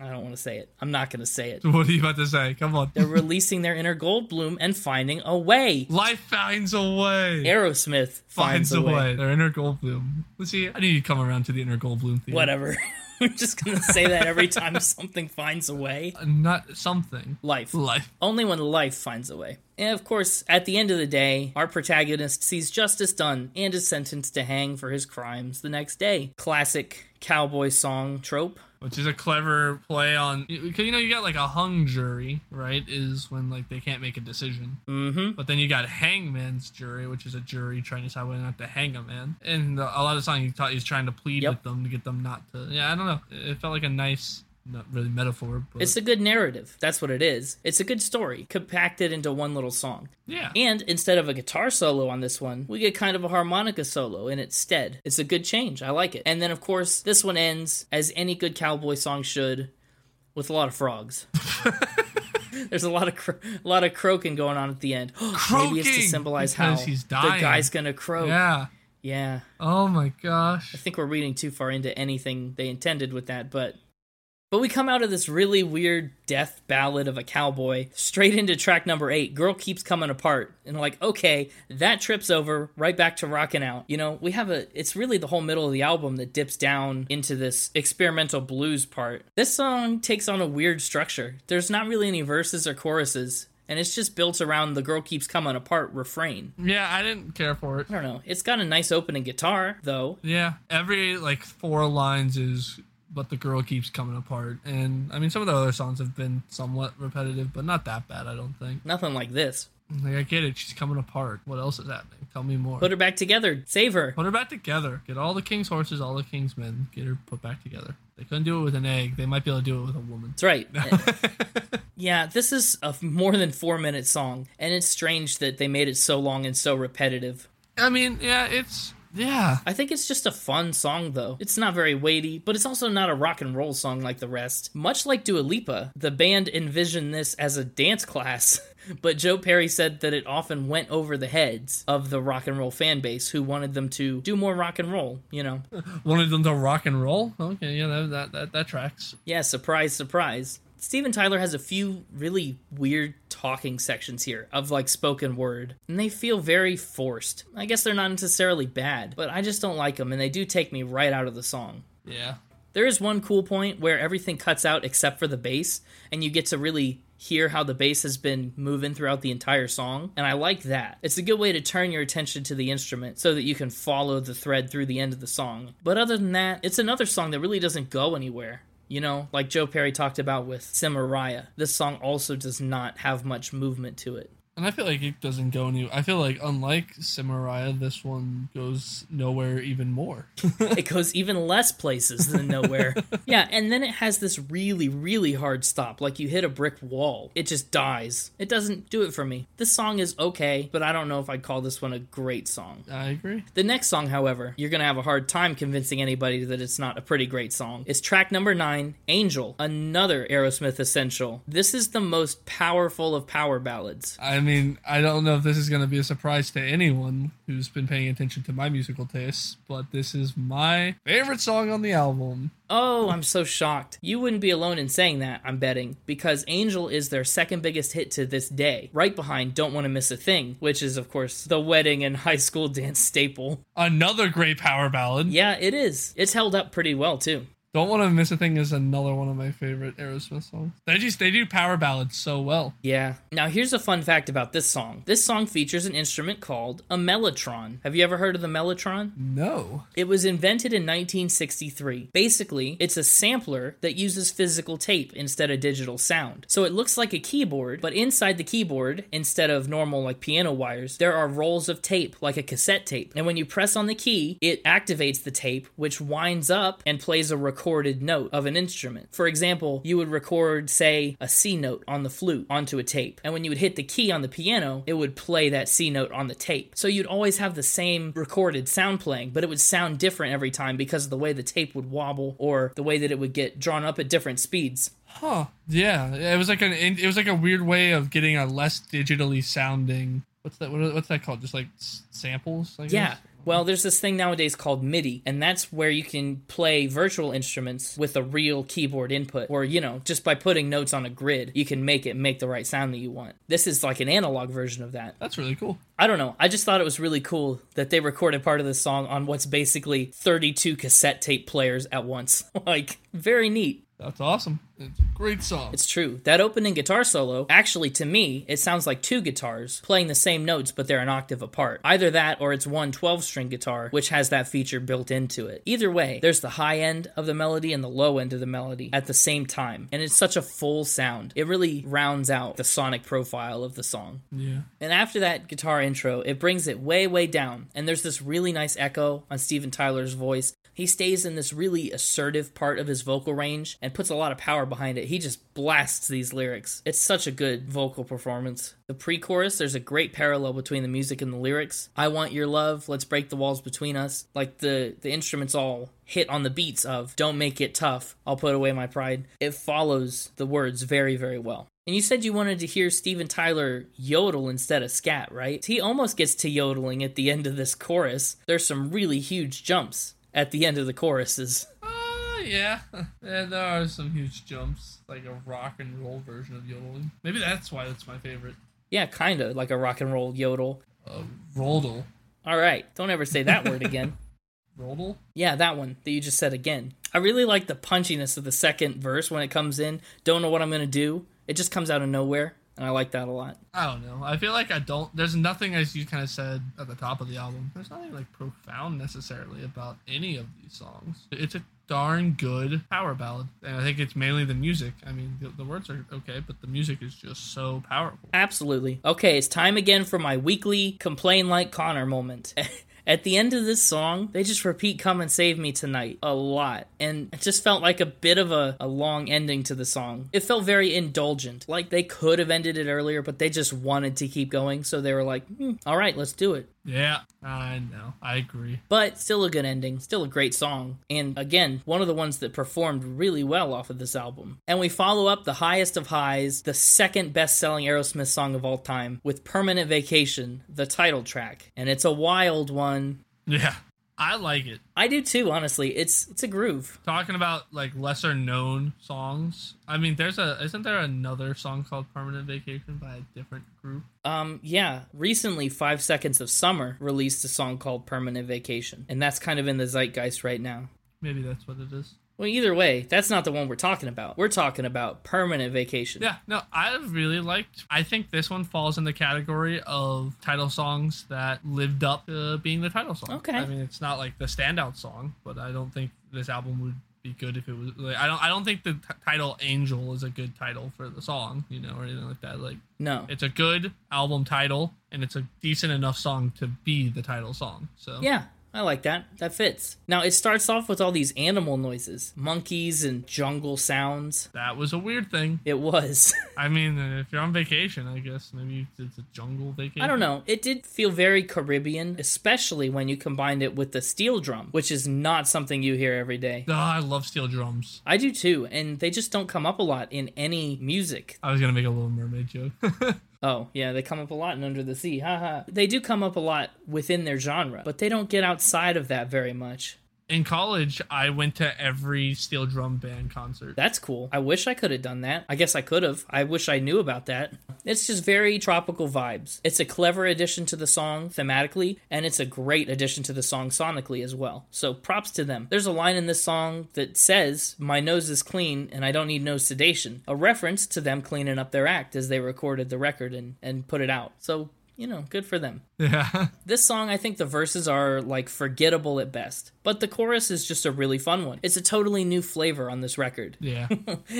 Speaker 1: I don't want to say it. I'm not going to say it.
Speaker 2: What are you about to say? Come on.
Speaker 1: They're releasing their inner Goldblum and finding a way.
Speaker 2: Life finds a way.
Speaker 1: Aerosmith finds, a way.
Speaker 2: Their inner Goldblum. Let's see. I knew you'd come around to the inner Goldblum theme.
Speaker 1: Whatever. I'm just going to say that every time something finds a way.
Speaker 2: Not something.
Speaker 1: Life.
Speaker 2: Life.
Speaker 1: Only when life finds a way. And of course, at the end of the day, our protagonist sees justice done and is sentenced to hang for his crimes the next day. Classic cowboy song trope.
Speaker 2: which is a clever play on because you know you got like a hung jury right is when like they can't make a decision
Speaker 1: Mm-hmm.
Speaker 2: but then you got hangman's jury which is a jury trying to decide whether or not to hang a man and the, a lot of the song he taught he's trying to plead
Speaker 1: Yep.
Speaker 2: with them to get them not to yeah i don't know it felt like a nice not really metaphor but
Speaker 1: It's a good narrative. That's what it is. It's a good story, compacted into one little song.
Speaker 2: yeah
Speaker 1: And instead of a guitar solo on this one, we get kind of a harmonica solo in its stead. It's a good change. I like it. And then, of course, this one ends, as any good cowboy song should, with a lot of frogs. There's a lot of cro- a lot of croaking going on at the end. Maybe it's to
Speaker 2: Croaking,
Speaker 1: symbolize how
Speaker 2: because he's
Speaker 1: the
Speaker 2: dying.
Speaker 1: guy's gonna croak. Yeah.
Speaker 2: yeah oh my gosh
Speaker 1: I think we're reading too far into anything they intended with that, but but we come out of this really weird death ballad of a cowboy straight into track number eight. Girl keeps coming apart, and like, okay, that trip's over. Right back to rocking out. You know, we have a. It's really the whole middle of the album that dips down into this experimental blues part. This song takes on a weird structure. There's not really any verses or choruses, and it's just built around the girl keeps coming apart refrain.
Speaker 2: yeah i didn't care for it
Speaker 1: I don't know. It's got a nice opening guitar though.
Speaker 2: Yeah, every like four lines is but the girl keeps coming apart. And I mean some of the other songs have been somewhat repetitive, but not that bad, I don't think.
Speaker 1: Nothing like this.
Speaker 2: Like I get it, she's coming apart. What else is happening? Tell me more.
Speaker 1: Put
Speaker 2: Put her,
Speaker 1: her back together. Save her.
Speaker 2: back together. Get all the king's horses, all the king's men. Get her put back together. They couldn't do it with an egg. They might be able to do it with a woman.
Speaker 1: That's right. yeah, this is a f- more than four minute song, and it's strange that they made it so long and so repetitive.
Speaker 2: I mean, yeah, it's yeah.
Speaker 1: I think it's just a fun song, though. It's not very weighty, but it's also not a rock and roll song like the rest. Much like Dua Lipa, the band envisioned this as a dance class, but Joe Perry said that it often went over the heads of the rock and roll fan base who wanted them to do more rock and roll, you know?
Speaker 2: Wanted them to rock and roll. Okay, yeah, that that that, that tracks.
Speaker 1: Yeah, surprise, surprise. Steven Tyler has a few really weird talking sections here of like spoken word, and they feel very forced. I guess they're not necessarily bad, but I just don't like them, and they do take me right out of the song.
Speaker 2: Yeah.
Speaker 1: There is one cool point where everything cuts out except for the bass, and you get to really hear how the bass has been moving throughout the entire song, and I like that. It's a good way to turn your attention to the instrument so that you can follow the thread through the end of the song. But other than that, it's another song that really doesn't go anywhere. You know, like Joe Perry talked about with Cimaraya, this song also does not have much movement to it.
Speaker 2: And I feel like it doesn't go any. I feel like unlike Samurai, this one goes nowhere even more.
Speaker 1: it goes even less places than nowhere. yeah, and then it has this really, really hard stop. Like you hit a brick wall, it just dies. It doesn't do it for me. This song is okay, but I don't know if I'd call this one a great song.
Speaker 2: I agree.
Speaker 1: The next song, however, you're going to have a hard time convincing anybody that it's not a pretty great song. It's track number nine, Angel, another Aerosmith essential. This is the most powerful of power ballads.
Speaker 2: I mean, I don't know if this is going to be a surprise to anyone who's been paying attention to my musical tastes, but this is my favorite song on the album.
Speaker 1: Oh, I'm so shocked. You wouldn't be alone in saying that, I'm betting, because Angel is their second biggest hit to this day, right behind Don't Want to Miss a Thing, which is, of course, the wedding and high school dance staple.
Speaker 2: Another great power ballad.
Speaker 1: Yeah, it is. It's held up pretty well, too.
Speaker 2: Don't want to miss a thing is another one of my favorite Aerosmith songs. They just they do power ballads so well.
Speaker 1: Yeah. Now, here's a fun fact about this song this song features an instrument called a mellotron. Have you ever heard of the mellotron?
Speaker 2: No.
Speaker 1: It was invented in 1963. Basically, it's a sampler that uses physical tape instead of digital sound. So it looks like a keyboard, but inside the keyboard, instead of normal like piano wires, there are rolls of tape like a cassette tape. And when you press on the key, it activates the tape, which winds up and plays a recorded note of an instrument. For example, you would record, say, a C note on the flute onto a tape. And when you would hit the key on the piano, it would play that C note on the tape. So you'd always have the same recorded sound playing, but it would sound different every time because of the way the tape would wobble or the way that it would get drawn up at different speeds.
Speaker 2: Huh. Yeah. It was like an it was like a weird way of getting a less digitally sounding what's that what, what's that called? Just like s- samples, I guess?
Speaker 1: Yeah. Well, there's this thing nowadays called MIDI, and that's where you can play virtual instruments with a real keyboard input, or, you know, just by putting notes on a grid, you can make it make the right sound that you want. This is like an analog version of that.
Speaker 2: That's really cool.
Speaker 1: I don't know. I just thought it was really cool that they recorded part of the song on what's basically 32 cassette tape players at once. like, very neat.
Speaker 2: That's awesome. It's a great song.
Speaker 1: It's true. That opening guitar solo, actually, to me, it sounds like two guitars playing the same notes, but they're an octave apart. Either that or it's one 12 string guitar, which has that feature built into it. Either way, there's the high end of the melody and the low end of the melody at the same time. And it's such a full sound. It really rounds out the sonic profile of the song.
Speaker 2: yeah.
Speaker 1: And after that guitar intro, it brings it way, way down. And there's this really nice echo on Steven Tyler's voice. He stays in this really assertive part of his vocal range and puts a lot of power behind it. He just blasts these lyrics. It's such a good vocal performance. The pre chorus, there's a great parallel between the music and the lyrics. I want your love, let's break the walls between us. Like the, the instruments all hit on the beats of Don't Make It Tough, I'll Put Away My Pride. It follows the words very, very well. And you said you wanted to hear Steven Tyler yodel instead of scat, right? He almost gets to yodeling at the end of this chorus. There's some really huge jumps at the end of the choruses.
Speaker 2: Uh, yeah. yeah, there are some huge jumps, like a rock and roll version of yodeling. Maybe that's why that's my favorite.
Speaker 1: Yeah, kind of like a rock and roll yodel.
Speaker 2: Uh, Rodel.
Speaker 1: All right, don't ever say that word again.
Speaker 2: Rodel?
Speaker 1: Yeah, that one that you just said again. I really like the punchiness of the second verse when it comes in. Don't know what I'm going to do. It just comes out of nowhere, and I like that a lot.
Speaker 2: I don't know. I feel like I don't. There's nothing, as you kind of said at the top of the album, there's nothing like profound necessarily about any of these songs. It's a darn good power ballad. And I think it's mainly the music. I mean, the, the words are okay, but the music is just so powerful.
Speaker 1: Absolutely. Okay, it's time again for my weekly complain like Connor moment. At the end of this song, they just repeat Come and Save Me Tonight a lot. And it just felt like a bit of a, a long ending to the song. It felt very indulgent. Like they could have ended it earlier, but they just wanted to keep going. So they were like, hmm, all right, let's do it.
Speaker 2: Yeah, I know. I agree.
Speaker 1: But still a good ending, still a great song, and again, one of the ones that performed really well off of this album. And we follow up the highest of highs, the second best selling Aerosmith song of all time, with Permanent Vacation, the title track. And it's a wild one.
Speaker 2: Yeah, I like it.
Speaker 1: I do too, honestly. It's it's a groove.
Speaker 2: Talking about like lesser known songs. I mean, there's a isn't there another song called Permanent Vacation by a different group?
Speaker 1: Um, yeah. Recently, Five Seconds of Summer released a song called Permanent Vacation, and that's kind of in the zeitgeist right now.
Speaker 2: Maybe that's what it is.
Speaker 1: Well, either way, that's not the one we're talking about. We're talking about Permanent Vacation.
Speaker 2: Yeah, no, I really liked. I think this one falls in the category of title songs that lived up to being the title song.
Speaker 1: Okay.
Speaker 2: I mean, it's not like the standout song, but I don't think this album would be good if it was. Like, I don't. I don't think the t- title "Angel" is a good title for the song, you know, or anything like that. Like,
Speaker 1: No.
Speaker 2: it's a good album title, and it's a decent enough song to be the title song. So
Speaker 1: Yeah, I like that. That fits. Now, it starts off with all these animal noises monkeys and jungle sounds.
Speaker 2: that was a weird thing.
Speaker 1: It was.
Speaker 2: I mean, if you're on vacation, I guess maybe it's a jungle vacation.
Speaker 1: I don't know. It did feel very Caribbean, especially when you combined it with the steel drum, which is not something you hear every day.
Speaker 2: Oh, I love steel drums.
Speaker 1: I do too, and they just don't come up a lot in any music.
Speaker 2: I was gonna make a Little Mermaid joke.
Speaker 1: Oh, yeah, they come up a lot in Under the Sea. Haha. They do come up a lot within their genre, but they don't get outside of that very much.
Speaker 2: In college, I went to every steel drum band concert.
Speaker 1: That's cool. I wish I could have done that. I guess I could have. I wish I knew about that. It's just very tropical vibes. It's a clever addition to the song thematically, and it's a great addition to the song sonically as well. So props to them. There's a line in this song that says, My nose is clean and I don't need no sedation, a reference to them cleaning up their act as they recorded the record and, and put it out. So, you know, good for them.
Speaker 2: Yeah.
Speaker 1: This song, I think the verses are like forgettable at best, but the chorus is just a really fun one. It's a totally new flavor on this record.
Speaker 2: Yeah.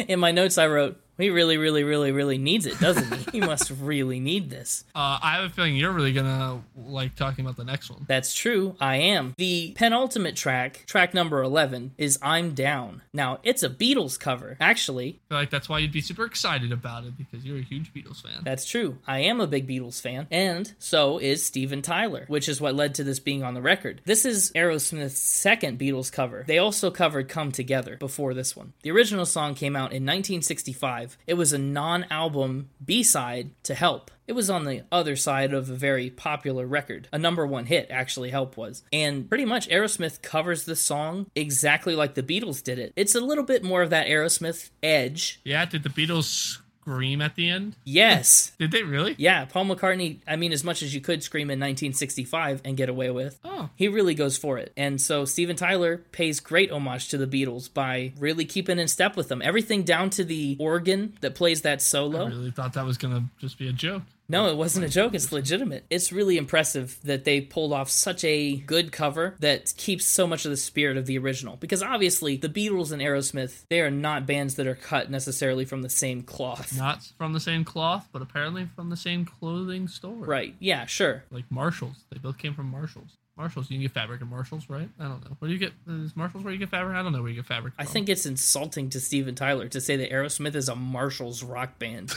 Speaker 1: In my notes, I wrote, He really, really, really, really needs it, doesn't he? he must really need this.
Speaker 2: Uh, I have a feeling you're really gonna like talking about the next one.
Speaker 1: That's true. I am. The penultimate track, track number 11, is I'm Down. Now, it's a Beatles cover. Actually,
Speaker 2: I feel like that's why you'd be super excited about it because you're a huge Beatles fan.
Speaker 1: That's true. I am a big Beatles fan, and so is Steven Tyler, which is what led to this being on the record. This is Aerosmith's second Beatles cover. They also covered Come Together before this one. The original song came out in 1965. It was a non album B side to Help. It was on the other side of a very popular record, a number one hit, actually, Help was. And pretty much Aerosmith covers the song exactly like the Beatles did it. It's a little bit more of that Aerosmith edge.
Speaker 2: yeah, did the Beatles scream at the end?
Speaker 1: Yes,
Speaker 2: Did they really?
Speaker 1: Yeah, Paul McCartney, I mean, as much as you could scream in 1965 and get away with,
Speaker 2: Oh.
Speaker 1: he really goes for it. And so Steven Tyler pays great homage to the Beatles by really keeping in step with them. Everything down to the organ that plays that solo.
Speaker 2: I really thought that was gonna just be a joke.
Speaker 1: No, it wasn't a joke. It's legitimate. It's really impressive that they pulled off such a good cover that keeps so much of the spirit of the original. Because obviously, the Beatles and Aerosmith, they are not bands that are cut necessarily from the same cloth.
Speaker 2: Not from the same cloth, but apparently from the same clothing store.
Speaker 1: Right. Yeah, sure.
Speaker 2: Like Marshalls. They both came from Marshalls. Marshalls, you can get fabric at Marshalls, right? I don't know. Where do you get is Marshalls where you get fabric? I don't know where you get fabric.
Speaker 1: I
Speaker 2: from.
Speaker 1: think it's insulting to Steven Tyler to say that Aerosmith is a Marshall's rock band.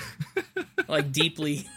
Speaker 1: like deeply.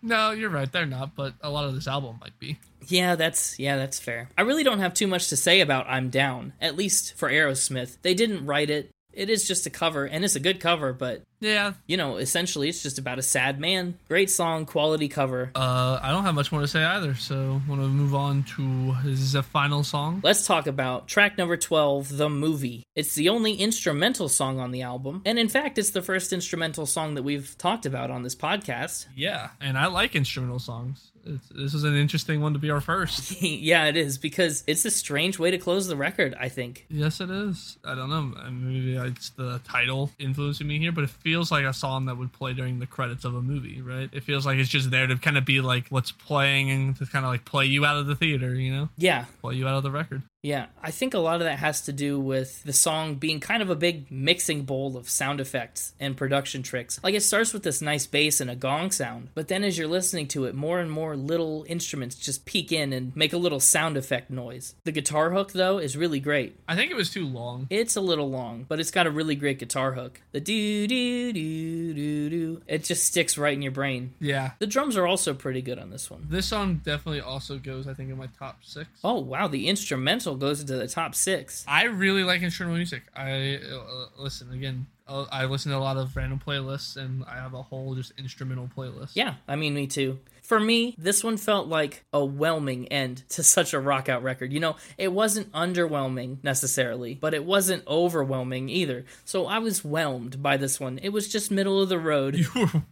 Speaker 2: No, you're right, they're not, but a lot of this album might be.
Speaker 1: Yeah, that's yeah, that's fair. I really don't have too much to say about I'm Down, at least for Aerosmith. They didn't write it. It is just a cover and it's a good cover, but
Speaker 2: Yeah.
Speaker 1: you know, essentially it's just about a sad man. Great song, quality cover.
Speaker 2: Uh, I don't have much more to say either, so want to move on to this is a final song.
Speaker 1: Let's talk about track number 12, The Movie. It's the only instrumental song on the album, and in fact, it's the first instrumental song that we've talked about on this podcast.
Speaker 2: Yeah, and I like instrumental songs. It's, this is an interesting one to be our first.
Speaker 1: yeah, it is because it's a strange way to close the record. I think.
Speaker 2: Yes, it is. I don't know. I- Maybe it's the title influencing me here, but it feels like a song that would play during the credits of a movie, right? It feels like it's just there to kind of be like what's playing and to kind of like play you out of the theater, you know,
Speaker 1: Yeah,
Speaker 2: play you out of the record.
Speaker 1: yeah. I think a lot of that has to do with the song being kind of a big mixing bowl of sound effects and production tricks. Like it starts with this nice bass and a gong sound, but then as you're listening to it, more and more little instruments just peek in and make a little sound effect noise. The guitar hook though is really great.
Speaker 2: I think it was too long.
Speaker 1: It's a little long, but it's got a really great guitar hook. The doo doo doo doo doo. It just sticks right in your brain.
Speaker 2: Yeah.
Speaker 1: The drums are also pretty good on this one.
Speaker 2: This song definitely also goes, I think, in my top six.
Speaker 1: Oh wow, the instrumental goes into the top six.
Speaker 2: I really like instrumental music. I uh, listen again. Uh, I listen to a lot of random playlists, and I have a whole just instrumental playlist.
Speaker 1: Yeah, I mean me too. For me, this one felt like a whelming end to such a rock out record. You know, it wasn't underwhelming necessarily, but it wasn't overwhelming either. So I was whelmed by this one. It was just middle of the road.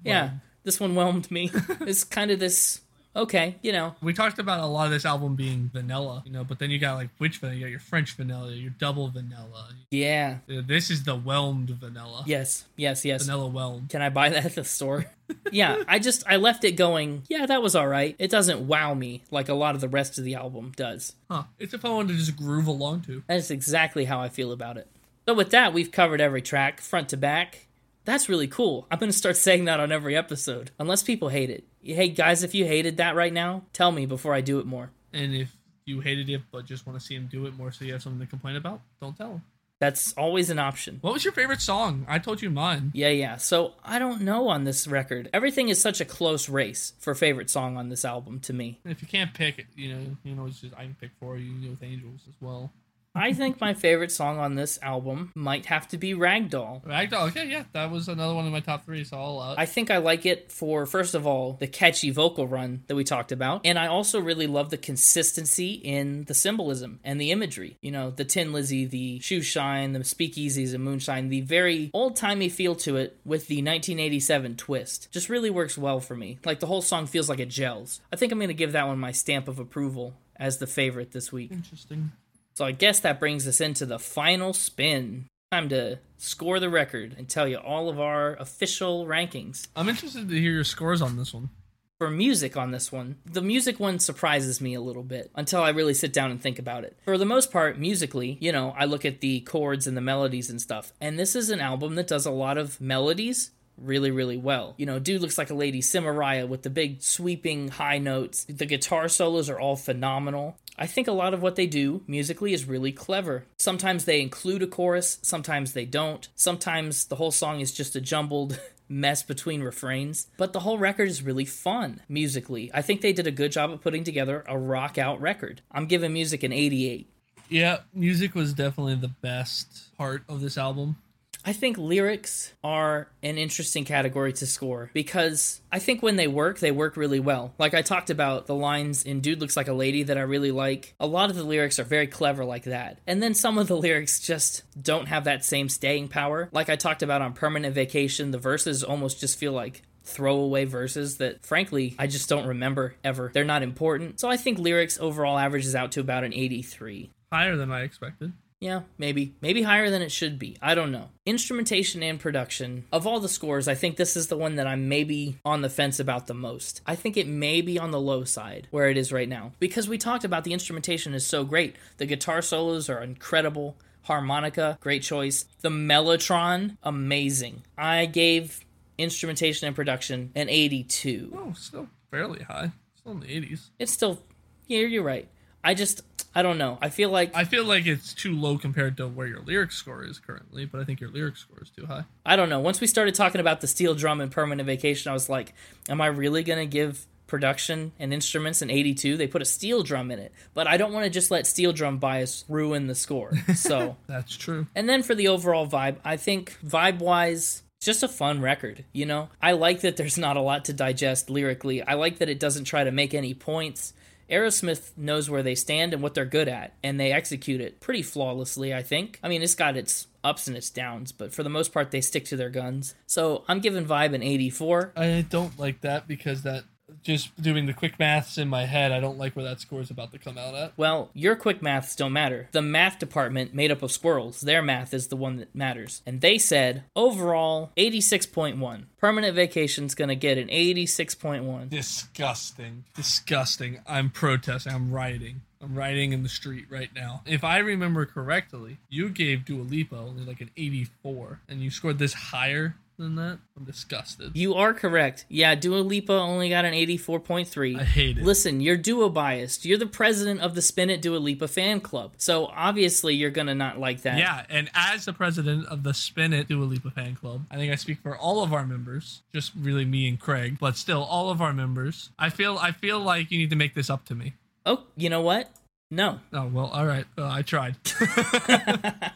Speaker 1: yeah. This one whelmed me. it's kind of this okay, you know,
Speaker 2: We talked about a lot of this album being vanilla, you know, but then you got like which vanilla? You got your French vanilla, your double vanilla.
Speaker 1: yeah.
Speaker 2: Uh, This is the whelmed vanilla.
Speaker 1: Yes, yes, yes.
Speaker 2: Vanilla whelmed.
Speaker 1: Can I buy that at the store? yeah, I just I left it going, yeah, that was all right. It doesn't wow me like a lot of the rest of the album does.
Speaker 2: Huh. It's a fun one to just groove along to.
Speaker 1: That's exactly how I feel about it. So with that, we've covered every track front to back. That's really cool. I'm going to start saying that on every episode unless people hate it. Hey guys, if you hated that right now, tell me before I do it more.
Speaker 2: And if you hated it but just want to see him do it more so you have something to complain about, don't tell him.
Speaker 1: That's always an option.
Speaker 2: What was your favorite song? I told you mine.
Speaker 1: Yeah, yeah. So I don't know on this record. Everything is such a close race for favorite song on this album to me.
Speaker 2: If you can't pick it, you know, you know, it's just I can pick for you, you know, with Angels as well.
Speaker 1: I think my favorite song on this album might have to be Ragdoll.
Speaker 2: Ragdoll, okay, yeah, that was another one of my top three, so I'll uh,
Speaker 1: I think I like it for, first of all, the catchy vocal run that we talked about. And I also really love the consistency in the symbolism and the imagery. You know, the Tin Lizzie, the shoe shine, the speakeasies and moonshine, the very old timey feel to it with the 1987 twist. Just really works well for me. Like the whole song feels like it gels. I think I'm going to give that one my stamp of approval as the favorite this week.
Speaker 2: interesting.
Speaker 1: So I guess that brings us into the final spin. Time to score the record and tell you all of our official rankings.
Speaker 2: I'm interested to hear your scores on this one.
Speaker 1: for music on this one. The music one surprises me a little bit until I really sit down and think about it. For the most part, musically, you know, I look at the chords and the melodies and stuff. And this is an album that does a lot of melodies really, really well. You know, dude looks like a lady, Simaraya, with the big sweeping high notes. The guitar solos are all phenomenal. I think a lot of what they do musically is really clever. Sometimes they include a chorus, sometimes they don't. Sometimes the whole song is just a jumbled mess between refrains, but the whole record is really fun musically. I think they did a good job of putting together a rock out record. I'm giving music an 88.
Speaker 2: Yeah, music was definitely the best part of this album.
Speaker 1: I think lyrics are an interesting category to score because I think when they work, they work really well. Like I talked about the lines in Dude Looks Like a Lady that I really like. A lot of the lyrics are very clever like that. And then some of the lyrics just don't have that same staying power. Like I talked about on Permanent Vacation, the verses almost just feel like throwaway verses that frankly I just don't remember ever. They're not important. So I think lyrics overall averages out to about an 83.
Speaker 2: Higher than I expected.
Speaker 1: Yeah, maybe. Maybe higher than it should be. I don't know. Instrumentation and production. Of all the scores, I think this is the one that I'm maybe on the fence about the most. I think it may be on the low side where it is right now because we talked about the instrumentation is so great. The guitar solos are incredible. Harmonica, great choice. The Mellotron, amazing. I gave instrumentation and production an 82.
Speaker 2: Oh, still fairly high. Still in the 80s.
Speaker 1: It's still, yeah, you're right. I just, I don't know. I feel like
Speaker 2: I feel like it's too low compared to where your lyric score is currently, but I think your lyric score is too high.
Speaker 1: I don't know. Once we started talking about the steel drum and permanent vacation, I was like, am I really going to give production and instruments an 82? They put a steel drum in it, but I don't want to just let steel drum bias ruin the score. So,
Speaker 2: That's true.
Speaker 1: and then for the overall vibe, I think vibe wise, just a fun record, you know? I like that there's not a lot to digest lyrically. I like that it doesn't try to make any points. Aerosmith knows where they stand and what they're good at, and they execute it pretty flawlessly, I think. I mean, it's got its ups and its downs, but for the most part, they stick to their guns. So I'm giving Vibe an 84.
Speaker 2: I don't like that because that just doing the quick maths in my head, I don't like where that score is about to come out at.
Speaker 1: Well, your quick maths don't matter. The math department, made up of squirrels, their math is the one that matters. And they said overall 86.1. Permanent vacation's gonna get an 86.1.
Speaker 2: Disgusting. Disgusting. I'm protesting. I'm rioting. I'm rioting in the street right now. If I remember correctly, you gave Dua Lipa only like an 84, and you scored this higher than that. I'm disgusted.
Speaker 1: You are correct. Yeah, Dua Lipa only got an 84.3.
Speaker 2: I hate it.
Speaker 1: Listen, you're duo biased. You're the president of the Spin It Dua Lipa fan club. So obviously you're going to not like that.
Speaker 2: Yeah, and as the president of the Spin It Dua Lipa fan club, I think I speak for all of our members, just really me and Craig, but still all of our members. I feel I feel like you need to make this up to me.
Speaker 1: Oh, you know what? No.
Speaker 2: Oh well, all right. Uh, I tried.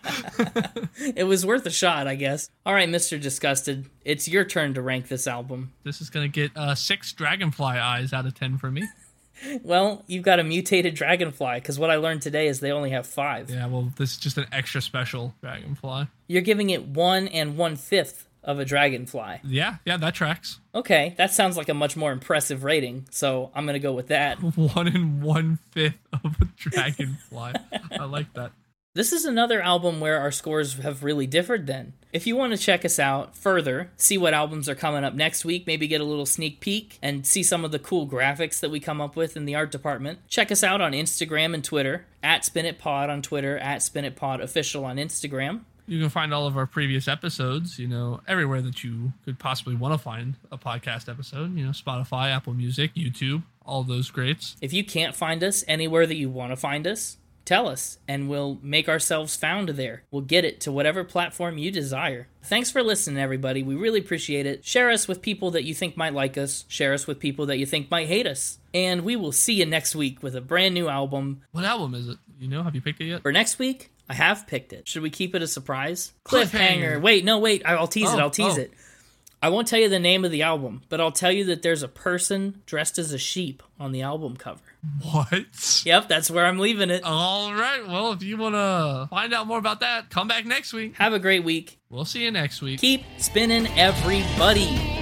Speaker 1: It was worth a shot, I guess. All right, Mr. Disgusted, it's your turn to rank this album.
Speaker 2: this is gonna get uh, six dragonfly eyes out of ten for me.
Speaker 1: Well, you've got a mutated dragonfly because what I learned today is they only have five.
Speaker 2: Yeah, well, this is just an extra special dragonfly.
Speaker 1: You're giving it one and one fifth of a dragonfly.
Speaker 2: Yeah, yeah, that tracks.
Speaker 1: Okay, that sounds like a much more impressive rating, so I'm going to go with that.
Speaker 2: One and one fifth of a dragonfly. I like that.
Speaker 1: This is another album where our scores have really differed then. If you want to check us out further, see what albums are coming up next week, maybe get a little sneak peek and see some of the cool graphics that we come up with in the art department, check us out on Instagram and Twitter, at SpinitPod on Twitter, at SpinitPod Official on Instagram.
Speaker 2: You can find all of our previous episodes, you know, everywhere that you could possibly want to find a podcast episode, you know, Spotify, Apple Music, YouTube, all those greats.
Speaker 1: If you can't find us anywhere that you want to find us, tell us and we'll make ourselves found there. We'll get it to whatever platform you desire. Thanks for listening, everybody. We really appreciate it. Share us with people that you think might like us, share us with people that you think might hate us. And we will see you next week with a brand new album.
Speaker 2: What album is it? You know, have you picked it yet?
Speaker 1: For next week, I have picked it. Should we keep it a surprise?
Speaker 2: Cliffhanger.
Speaker 1: Cliffhanger. Wait, no, wait. I- I'll tease it.
Speaker 2: Oh,
Speaker 1: I'll tease
Speaker 2: oh.
Speaker 1: it. I won't tell you the name of the album, but I'll tell you that there's a person dressed as a sheep on the album cover.
Speaker 2: What?
Speaker 1: Yep, that's where I'm leaving it.
Speaker 2: All right. Well, if you want to find out more about that, come back next week.
Speaker 1: Have a great week.
Speaker 2: We'll see you next week.
Speaker 1: Keep spinning, everybody.